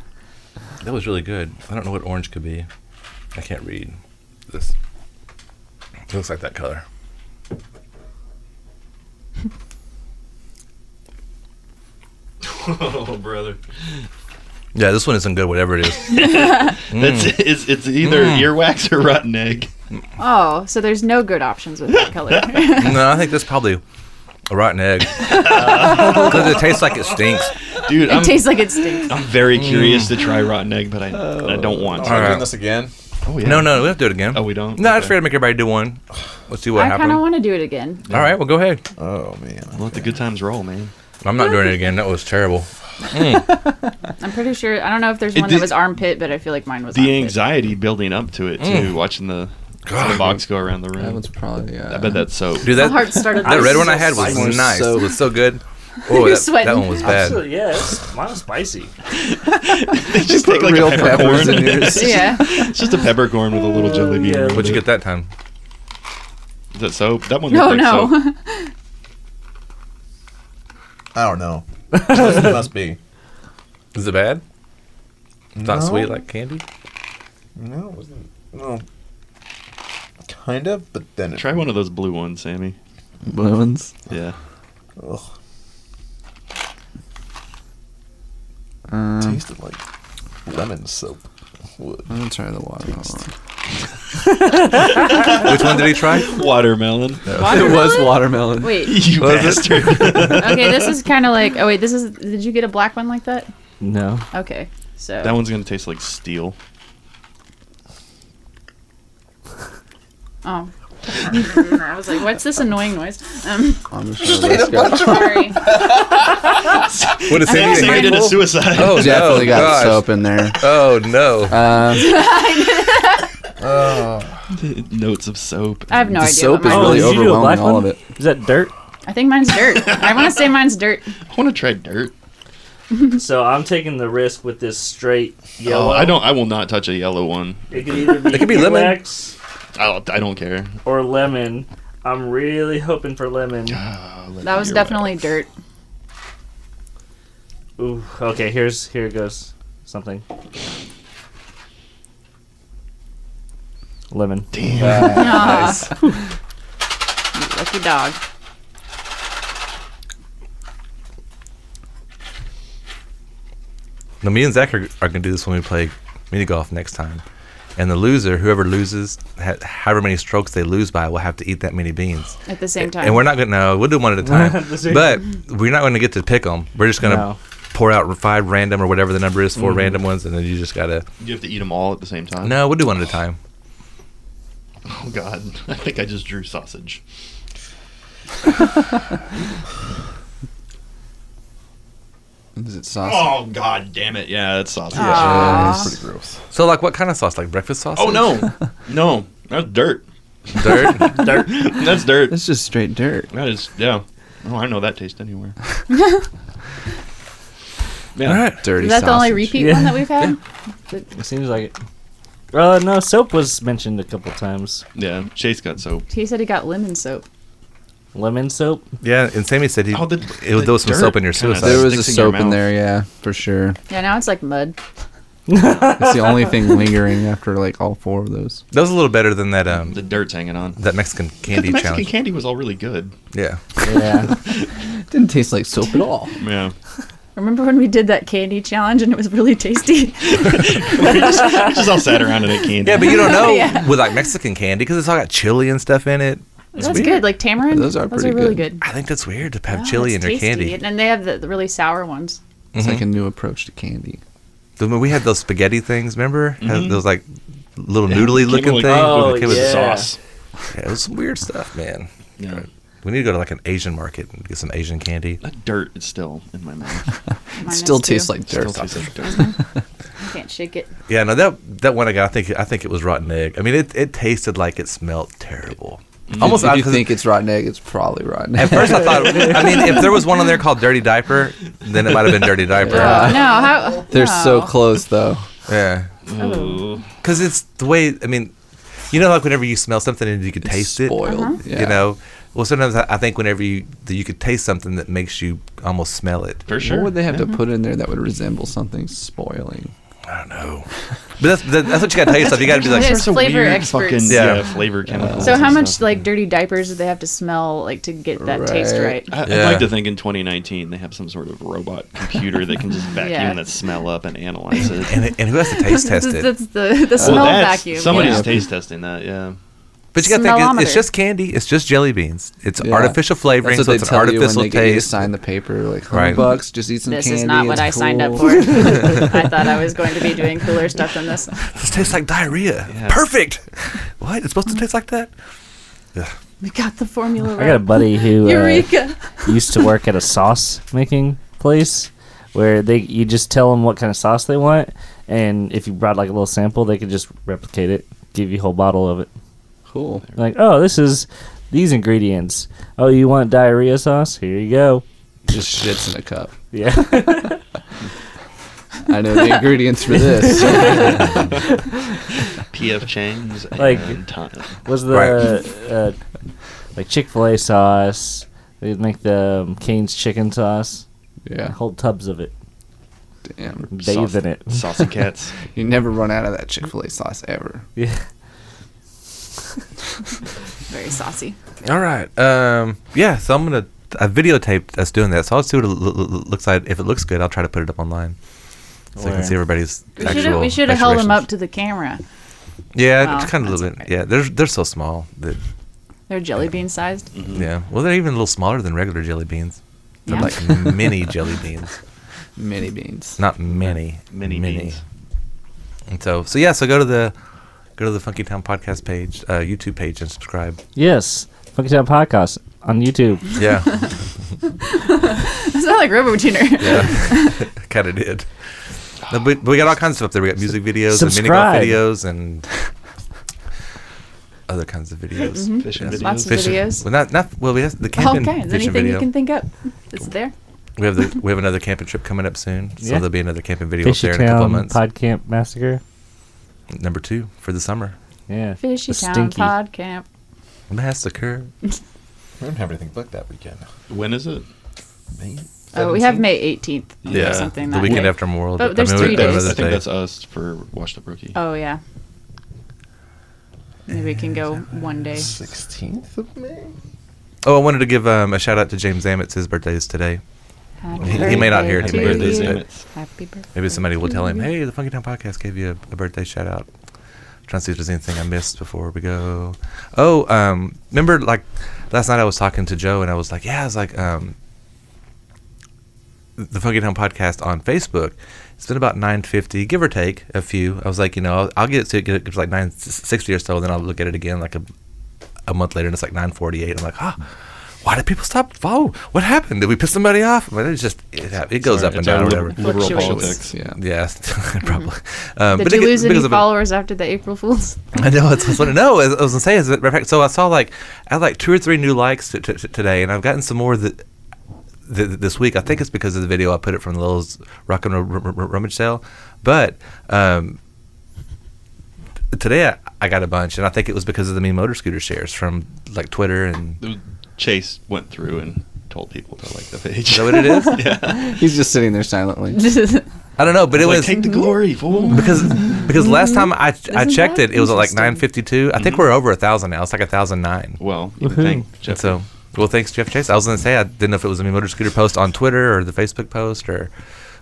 A: was really good. I don't know what orange could be. I can't read this. It looks like that color.
D: oh, brother.
A: Yeah, this one isn't good. Whatever it is.
D: That's it's, it's either earwax or rotten egg.
F: Oh, so there's no good options with that color.
A: no, I think that's probably a rotten egg because it tastes like it stinks.
D: Dude,
F: it
D: I'm,
F: tastes like it stinks.
D: I'm very curious to try rotten egg, but I, I don't want
G: Are
D: to.
G: we
A: Alright.
G: doing this again?
D: Oh, yeah.
A: No, no, we have to do it again.
D: Oh, we don't?
A: No, it's
D: Okay.
A: fair to make everybody do one. Let's see what
F: I kind
A: happens.
F: of want to do it again.
A: All right, well, go ahead.
G: Oh man.
D: Let the good times roll, man.
A: I'm not doing it again. That was terrible.
F: I'm pretty sure. I don't know if there's
D: It
F: one
D: did-
F: that was armpit, but I feel like mine was.
D: The
F: armpit.
D: anxiety building up to it, too, watching the, the box go around the
H: That
D: room.
H: one's probably. Uh,
D: I bet that's soap.
A: Dude,
F: My
A: that
F: heart started.
A: that
F: to-
A: red one I had was
G: spicy.
A: nice.
G: So-
A: It was so good. Oh, that,
F: You're
A: that
F: sweating.
A: one was bad.
E: Oh, yeah, it's, mine was spicy.
D: They just take like
H: real
D: a peppercorn.
H: peppers in yours.
F: Yeah.
D: it's just a peppercorn with a little jelly bean.
E: yeah.
D: around
A: What'd you
D: it.
A: get that time?
D: Is that soap? That one
F: No,
D: looked like soap.
F: no.
G: I don't know. it must be.
A: Is it bad? It's not
G: No.
A: sweet like candy.
G: No, it wasn't. No. Kind of, but then it,
D: Try one of those blue ones, Sammy.
H: blue ones.
D: Yeah.
G: ugh,
H: Um,
G: tasted like lemon soap. Wood.
H: I'm gonna try the watermelon.
A: Which one did he try?
D: Watermelon.
H: It was watermelon.
F: Wait.
D: you bastard.
F: Okay, this is kind of like. Oh wait, this is. Did you get a black one like that?
E: No.
F: Okay. So.
D: that one's gonna taste like steel.
F: Oh. I was like, what's this annoying noise? Um,
H: I'm just gonna risk it.
F: sorry.
A: What is it?
F: think
D: Sammy did a suicide.
A: Oh
H: Definitely
A: no!
H: got
A: gosh.
H: soap in there.
A: Oh no!
H: Uh,
D: Notes of soap.
F: I have no
H: the
F: idea.
H: soap
F: what
H: is
F: mine
H: really
E: Oh, did you do a black
H: overwhelming. All
E: one?
H: of it.
E: Is that dirt?
F: I think mine's dirt. I want to say mine's dirt.
D: I want to try dirt.
E: So I'm taking the risk with this straight
D: Oh,
E: yellow.
D: I don't. I will not touch a yellow one.
E: It could either be,
A: It could be lemon.
E: earwax
D: I'll, I don't care.
E: or lemon. I'm really hoping for lemon.
F: That was definitely dirt.
E: Ooh, okay, here's here goes something. Lemon.
F: Nice. Lucky dog.
A: Now, me and Zach are, are gonna do this when we play mini golf next time. And the loser, whoever loses, ha- however many strokes they lose by, will have to eat that many beans.
F: At the same time.
A: And we're not gonna. No, we'll do one at a time.
E: The same-
A: but we're not gonna get to pick them. We're just gonna
E: No.
A: pour out five random or whatever the number is, 4 random ones, and then you just gotta.
D: You have to eat them all at the same time.
A: No, we'll do one at a time.
D: Oh God, I think I just drew sausage.
H: Is it sauce?
D: Oh God, damn it! Yeah, that's sausage.
G: That's pretty gross.
A: So, like, what kind of sauce? Like breakfast sauce?
D: Oh no, no, that's dirt.
A: dirt.
D: Dirt. that's dirt.
H: That's just straight dirt.
D: That is yeah. Oh, I know that taste anywhere. yeah.
A: All right.
H: Dirty
F: Is that the only
H: sausage.
F: repeat
E: Yeah.
F: one that we've had?
E: It seems like it. Uh, no, soap was mentioned a couple times.
D: Yeah, Chase got soap.
F: He said he got lemon soap.
E: Lemon soap.
A: Yeah, and Sammy said he.
D: Oh, the-
A: it, was- there was some
D: the
A: soap
D: dirt
A: in your
D: kinda
A: suicide.
D: That
H: There was a
D: sticks in your
H: soap in
D: mouth.
H: there, yeah, for sure.
F: Yeah, now it's like mud.
H: It's the only thing lingering after like all four of those.
A: That was a little better than that um
D: The dirt's hanging on.
A: that Mexican
D: Because
A: candy
D: the Mexican
A: challenge.
D: candy was all really good.
A: yeah.
E: Yeah.
H: Didn't taste like soap at all.
D: Yeah.
F: Remember when we did that candy challenge and it was really tasty?
D: we, just, we just all sat around and ate candy.
A: Yeah, but you don't know
F: Yeah.
A: with like Mexican candy because it's all got chili and stuff in it.
F: That's good. Like tamarind.
H: Those are pretty
F: really
H: good.
F: good.
A: I think that's weird to have
F: Oh,
A: Ah, chili in
F: that's
A: your
F: tasty.
A: candy. Mm-hmm.
F: And then they have the, the really sour ones.
H: It's like a new approach to candy.
A: The- when we had those spaghetti things, remember? Had Those like little
D: Yeah,
A: noodly
D: came
A: looking
D: with,
A: things.
D: like,
E: Oh,
A: it
D: with
E: yeah.
D: sauce.
A: yeah, it was some weird stuff, man.
D: Yeah.
A: We need to go to like an Asian market and get some Asian candy.
D: That dirt is still in my mouth.
F: Mine
H: It still
F: is, too.
H: tastes like
D: Still
H: dirt.
D: tastes like dirt.
F: I can't shake it.
A: Yeah, no, that that one I got, I think I think it was rotten egg. I mean, it, it tasted like it smelled terrible. Almost
H: if Mm-hmm. you
A: because-
H: think it's rotten egg, it's probably rotten
A: At
H: egg.
A: first, I thought. I mean, if there was one on there called "Dirty Diaper," then it might have been "Dirty Diaper."
F: Oh, no, how?
H: They're
F: no.
H: so close though.
A: Yeah,
D: Ooh.
A: because it's the way. I mean, you know, like whenever you smell something and you could taste it,
H: Spoiled.
F: Uh-huh.
H: Yeah.
A: you know. Well, sometimes I I think whenever you that you could taste something that makes you almost smell it.
D: For sure.
H: What would they have to put in there that would resemble something spoiling?
A: I don't know, but that's that, that's what you got to taste stuff. You got to be
F: There's
A: like,
D: There's a
F: flavor
D: weird
F: experts.
D: Fucking,
A: Yeah.
D: yeah. flavor chemicals.
F: So how
D: and
F: much
D: stuff.
F: like dirty diapers do they have to smell like to get that taste
H: Right.
F: right?
D: I, I'd
A: Yeah.
D: like to think in 2019 they have some sort of robot computer that can just vacuum
F: Yeah.
D: that smell up and analyze it.
A: and, and who has to taste test
F: That's-
A: it?
F: That's the, the smell
D: well, that's,
F: vacuum.
D: Somebody's
F: yeah.
D: taste testing that. Yeah.
A: But you got to think it's, it's
F: smellometer.
A: just candy. It's just jelly beans. It's
H: Yeah.
A: artificial flavoring,
H: That's
A: so
H: what they
A: it's an
H: tell you
A: artificial
H: when they get you to
A: taste.
H: sign the paper, like hundred
A: Right.
H: bucks, just eat some
F: This
H: candy.
F: is not what
H: it's
F: I signed up
H: cool."
F: for. I thought I was going to be doing cooler stuff than this.
A: This tastes like diarrhea.
D: Yeah.
A: Perfect. What? It's supposed to taste like that?
F: We got the formula
E: I got a
F: right.
E: buddy who uh,
F: Eureka!
E: used to work at a sauce making place where they you just tell them what kind of sauce they want, and if you brought like a little sample, they could just replicate it, give you a whole bottle of it.
H: Cool.
E: Like, oh, this is these ingredients. Oh, you want diarrhea sauce? Here you go.
H: Just shits in a cup.
E: Yeah.
H: I know the ingredients for this.
D: PF Chang's
E: Like-
D: and time.
E: was the uh, like Chick Fil A sauce. They'd make the um, Cane's chicken sauce.
H: yeah.
E: Whole tubs of it,
H: Damn.
E: bathe
D: Sauce-
E: in it.
D: Saucy cats.
H: You never run out of that Chick Fil A sauce ever.
E: Yeah.
F: Very saucy.
A: All right. Um, yeah. So I'm gonna. I videotaped us doing that, so I'll see what it lo- lo- lo- looks like. If it looks good, I'll try to put it up online, so you can
E: Where?
A: see everybody's
F: We should have
A: actual.
F: we should have held them up
A: reactions.
F: to the camera.
A: Yeah,
F: Oh,
A: just kind of a
F: that's
A: little bit.
F: okay.
A: Yeah, they're they're so small. That,
F: They're jelly bean sized.
H: Mm-hmm.
A: Yeah. Well, they're even a little smaller than regular jelly beans. Mm-hmm. They're
F: Yeah.
A: like mini jelly beans,
H: Mini beans.
A: not many.
D: Mini beans.
A: And so, so yeah. So go to the go to the Funky Town podcast page, uh, YouTube page, and subscribe.
E: Yes, Funky Town Podcast on YouTube.
A: Yeah.
F: It's not like Robo Tuner.
A: Yeah, kind of did. No, but, but we got all kinds of stuff there. We got music videos
E: Subscribe.
A: and mini golf videos and other kinds of videos.
D: Fishing
A: Yes.
D: videos.
F: Lots of
A: Fishing-
F: Mm-hmm. videos.
A: Well, not, not well. We have the
F: All
A: camping
F: kinds.
A: fishing
F: Anything
A: video.
F: you can think up, it's there.
A: we have the we have another camping trip coming up soon. So
E: Yeah.
A: there'll be another camping video up
E: Fishy
A: there in a couple of
E: Town
A: months.
E: Podcamp Massacre.
A: Number two for the summer.
E: Yeah.
F: Fishy
E: The
F: Town
E: stinky.
F: Pod Camp.
B: Massacre.
G: We don't have anything booked that weekend.
D: When is it?
G: May
F: Oh, we have May 18th
D: Yeah,
F: or something.
B: the
F: that
B: weekend
F: day.
B: after Memorial
F: But
B: Day.
F: there's
B: I mean,
F: three
B: whatever
F: days.
B: the
D: I think
B: day.
D: that's us for Watch the Rookie.
F: Oh yeah. Maybe we can go one day.
G: 16th of May?
B: Oh, I wanted to give um, a shout out to James Amitz. His birthday is today.
F: Happy
B: He- he may not hear it,
F: birthday
B: he may
F: to
B: lose
F: you.
B: it.
F: Happy birthday.
B: Maybe somebody will tell him,
F: to you.
B: "Hey, the Funky Town Podcast gave you a, a birthday shout out." Trying to see if there's anything I missed before we go. Oh, um, remember like last night I was talking to Joe and I was like, "Yeah, I was like, um, the Funky Town Podcast on Facebook. It's been about 950, give or take a few. I was like, you know, I'll, I'll get it to get it to like 960 or so, and then I'll look at it again like a, a month later, and it's like 948. I'm like, ah. Why did people stop? Oh, what happened? Did we piss somebody off? Well, it's just it, hap- it goes
D: Sorry,
B: up and
D: it's our
B: down,
D: lib-
B: whatever.
D: Liberal
F: Fluctuates.
D: politics.
H: Yeah.
B: Yes, probably. Um,
F: Did
B: but
F: you
B: it-
F: lose any
B: because of it-
F: followers after the April Fools?
B: I know. It's, it's, no, I was gonna say is that matter of fact, So I saw like I had like two or three new likes t- t- t- today, and I've gotten some more that. th- th- This week, I think it's because of the video I put it from Lil's Rock and Ru- Ru- Ru- Rummage Sale, but um, t- today I, I got a bunch, and I think it was because of the mean motor scooter shares from like Twitter and
D: It was- Chase went through and told people to like the page.
B: Is that what it is?
D: yeah.
H: He's just sitting there silently.
F: Mm-hmm.
B: I don't know, but
D: It's
B: it
D: like,
B: was
D: take the glory, fool.
B: because because last time I I
F: Isn't
B: checked
F: that
B: it, it was at like
F: interesting?
B: nine fifty two. I think
D: Mhm.
B: we're over a thousand now. It's like a thousand nine.
D: well, you
E: Woohoo.
D: think Jeff.
B: And so, well, thanks, Jeff Chase. I was going to say I didn't know if it was a motor scooter post on Twitter or the Facebook post or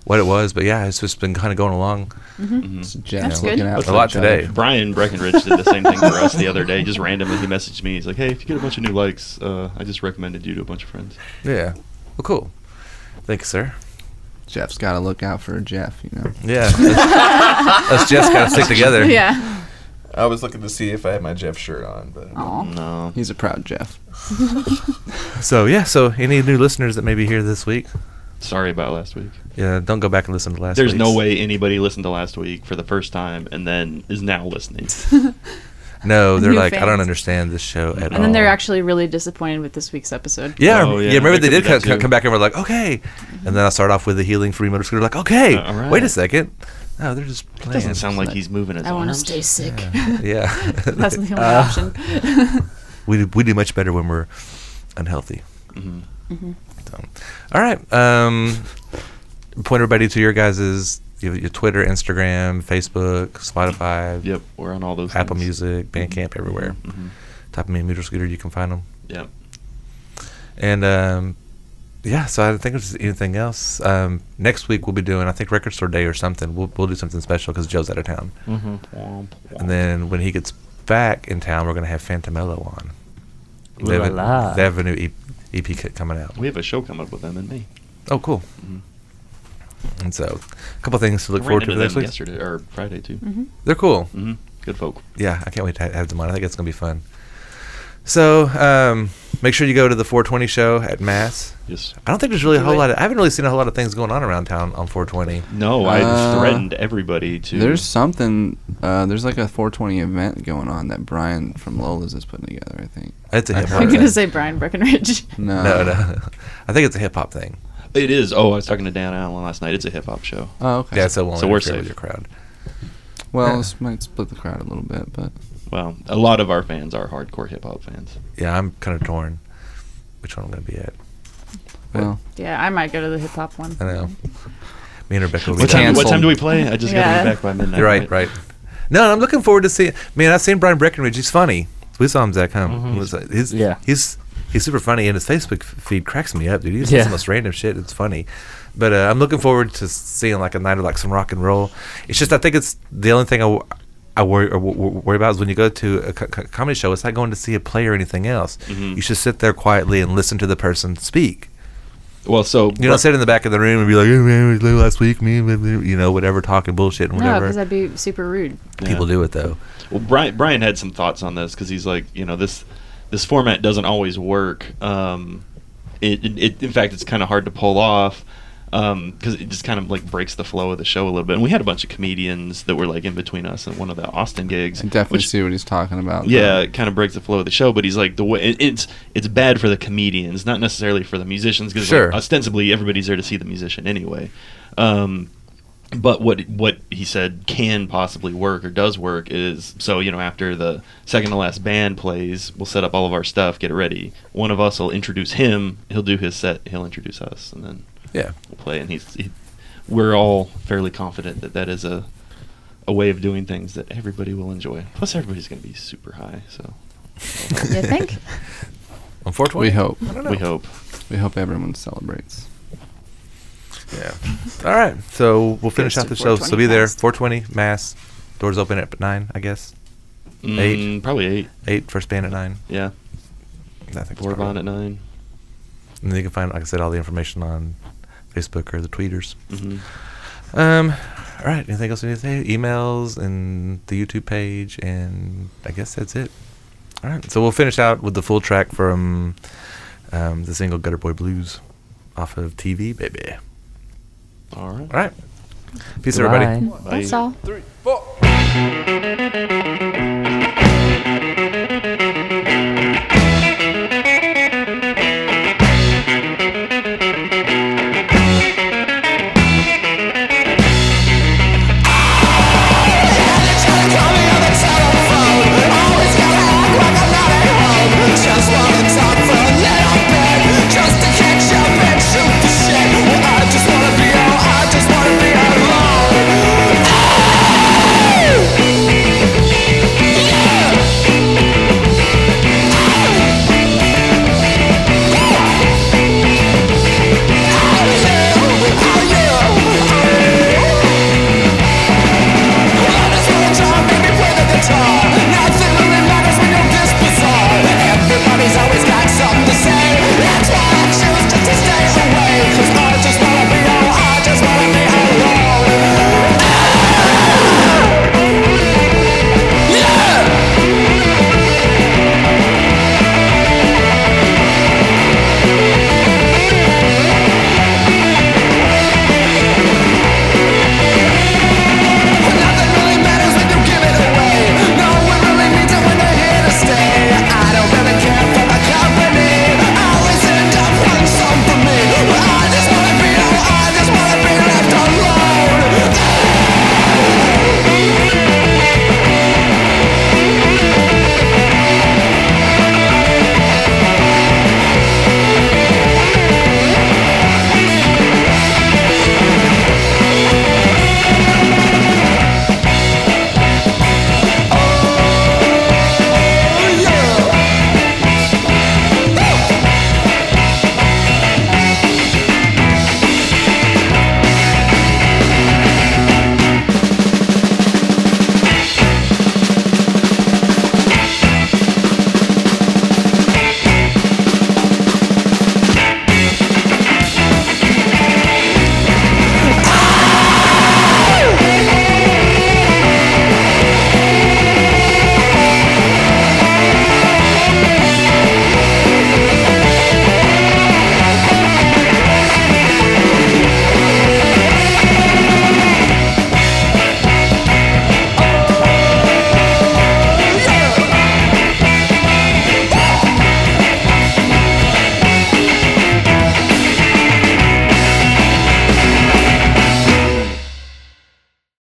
B: what it was, but yeah, it's just been kind of going along
H: It's Jeff
F: That's
H: looking
F: good.
H: out
B: a
H: for
B: lot
H: each other.
B: today.
D: Brian Breckenridge did the same thing for us the other day. Just randomly, he messaged me. He's like, "Hey, if you get a bunch of new likes, uh, I just recommended you to a bunch of friends."
B: Yeah. Well, cool. Thanks, sir.
H: Jeff's got to look out for Jeff, you know.
B: Yeah. Us us Jeff's got to stick together.
F: yeah.
G: I was looking to see if I had my Jeff shirt on, but
F: Aw.
D: No,
H: He's a proud Jeff.
B: So, yeah, so any new listeners that may be here this week,
D: sorry about last week.
B: yeah, don't go back and listen to last
D: There's no
B: week's.
D: way anybody listened to last week for the first time and then is now listening.
B: No, they're
F: New
B: like, I
F: fans.
B: don't understand this show at all.
F: And then they're actually really disappointed with this week's episode.
B: Yeah,
D: Oh,
B: yeah,
D: yeah,
B: remember
D: that
B: they
D: could
B: did
D: be that
B: come, come
D: too.
B: come back and were like, okay.
F: Mm-hmm.
B: And then I start off with the healing free motor scooter, like, okay,
D: Uh, all right.
B: wait a second. No, they're just playing.
D: Doesn't sound like he's moving his
F: I want to
D: arms.
F: stay sick.
B: Yeah. Uh,
F: That's the only option.
B: we do, we do much better when we're unhealthy.
D: Mhm.
B: So, all right. Um, point everybody to your guys's your, your Twitter, Instagram, Facebook, Spotify,
D: Yep, we're on all those.
B: Apple
D: things.
B: Music, Bandcamp, everywhere.
D: Mhm.
B: Type in Meter Scooter, you can find them.
D: Yep.
B: And um, yeah, so I don't think there's anything else. Um, next week we'll be doing, I think, Record Store Day or something. We'll we'll do something special because Joe's out of town.
E: Mm-hmm.
D: Womp, womp.
B: And then when he gets back in town, we're gonna have Fantamello on.
E: Ooh
B: They have,
E: la la.
B: a, they have a new E- EP, c- coming out.
D: we have a show come up with them and me.
B: Oh, cool.
D: Mhm.
B: And so, a couple things to look
D: Ran
B: forward to
D: into
B: for next
D: them
B: week.
D: yesterday or Friday too.
F: hmm
B: They're cool.
D: hmm Good folk.
B: Yeah, I can't wait to ha- have them on. I think it's gonna be fun. So, um, make sure you go to the 420 show at Mass.
D: Yes.
B: I don't think there's really a
F: Do
B: whole
F: it.
B: lot. Of, I haven't really seen a whole lot of things going on around town on 420.
D: No, I
H: Uh,
D: threatened everybody to.
H: There's something. Uh, there's like a 420 event going on that Brian from Lola's is putting together. I think.
B: It's a hip hop.
F: I'm going
B: thing.
F: to say Brian Breckenridge.
H: No.
B: no, no. I think it's a hip hop thing.
D: It is. Oh, I was talking to Dan Allen last night. It's a hip hop show.
H: Oh, okay.
B: Yeah, so it won't
D: So
B: so
D: we're
B: interfere with
D: safe.
B: your crowd.
H: well,
B: yeah.
H: this might split the crowd a little bit, but
D: Well, a lot of our fans are hardcore hip hop fans.
B: Yeah, I'm kind of torn. Which one I'm gonna be at?
H: well,
F: Yeah, I might go to the hip hop one.
B: I know. Me and Rebecca will be
D: What time,
B: down.
D: what
H: Cancel.
D: time do we play? I just
F: Yeah.
D: gotta be back by midnight.
B: You're right, right. No, I'm looking forward to seeing. Man, I've seen Brian Breckenridge. He's funny. We saw him Zach home.
E: Mhm.
B: Was, uh, he's,
E: Yeah.
B: he's he's super funny, and his Facebook f- feed cracks me up, dude. He's
E: Yeah.
B: the most random shit. It's funny, but uh, I'm looking forward to seeing like a night of like some rock and roll. It's just I think it's the only thing I. W- I worry, or w- w- worry about is when you go to a co- co- comedy show, it's not going to see a play or anything else.
D: Mhm.
B: You should sit there quietly and listen to the person speak.
D: Well, so
B: You don't sit in the back of the room and be like, "Oh, man, it was last week, me, blah, blah," you know, whatever, talking bullshit and
F: No,
B: whatever.
F: because that'd be super rude.
D: Yeah.
B: People do it though.
D: Well, Brian Brian had some thoughts on this because he's like, you know, this this format doesn't always work. Um, it, it, it in fact, it's kind of hard to pull off because it just kind of like breaks the flow of the show a little bit. And we had a bunch of comedians that were like in between us and one of the Austin gigs.
H: I definitely
D: which-
H: see what he's talking about.
D: yeah,
H: but
D: it kind of breaks the flow of the show. But he's like the way it, it's it's bad for the comedians, not necessarily for the musicians, because
B: Sure.
D: ostensibly everybody's there to see the musician anyway. Um, but what what he said can possibly work or does work is so you know after the second to last band plays we'll set up all of our stuff get it ready one of us will introduce him he'll do his set he'll introduce us and then
B: Yeah.
D: we'll play and he's he, we're all fairly confident that that is a a way of doing things that everybody will enjoy plus everybody's going to be super high so
F: You think?
B: Unfortunately,
H: We hope.
B: I don't know.
D: we hope
H: We hope everyone celebrates.
B: Yeah. All right. So we'll finish
F: Yes,
B: out the show. So be there.
F: 4:20
B: 4:20 mass. Doors open at nine, I guess. Eight.
D: Mm, probably eight
B: Eight first band at nine.
D: yeah
B: I think.
D: board bond
B: bonnet.
D: at 9
B: And then you can find, like I said, all the information on Facebook or the tweeters.
D: mm-hmm.
B: Um. All right. Anything else we need to say? Emails and the YouTube page, and I guess that's it. All right. So we'll finish out with the full track from um, the single "Gutter Boy Blues" off of TV, baby.
D: all right
B: All right. Peace, everybody.
I: Goodbye.
D: Bye.
F: That's all.
J: Three, four.
F: Thank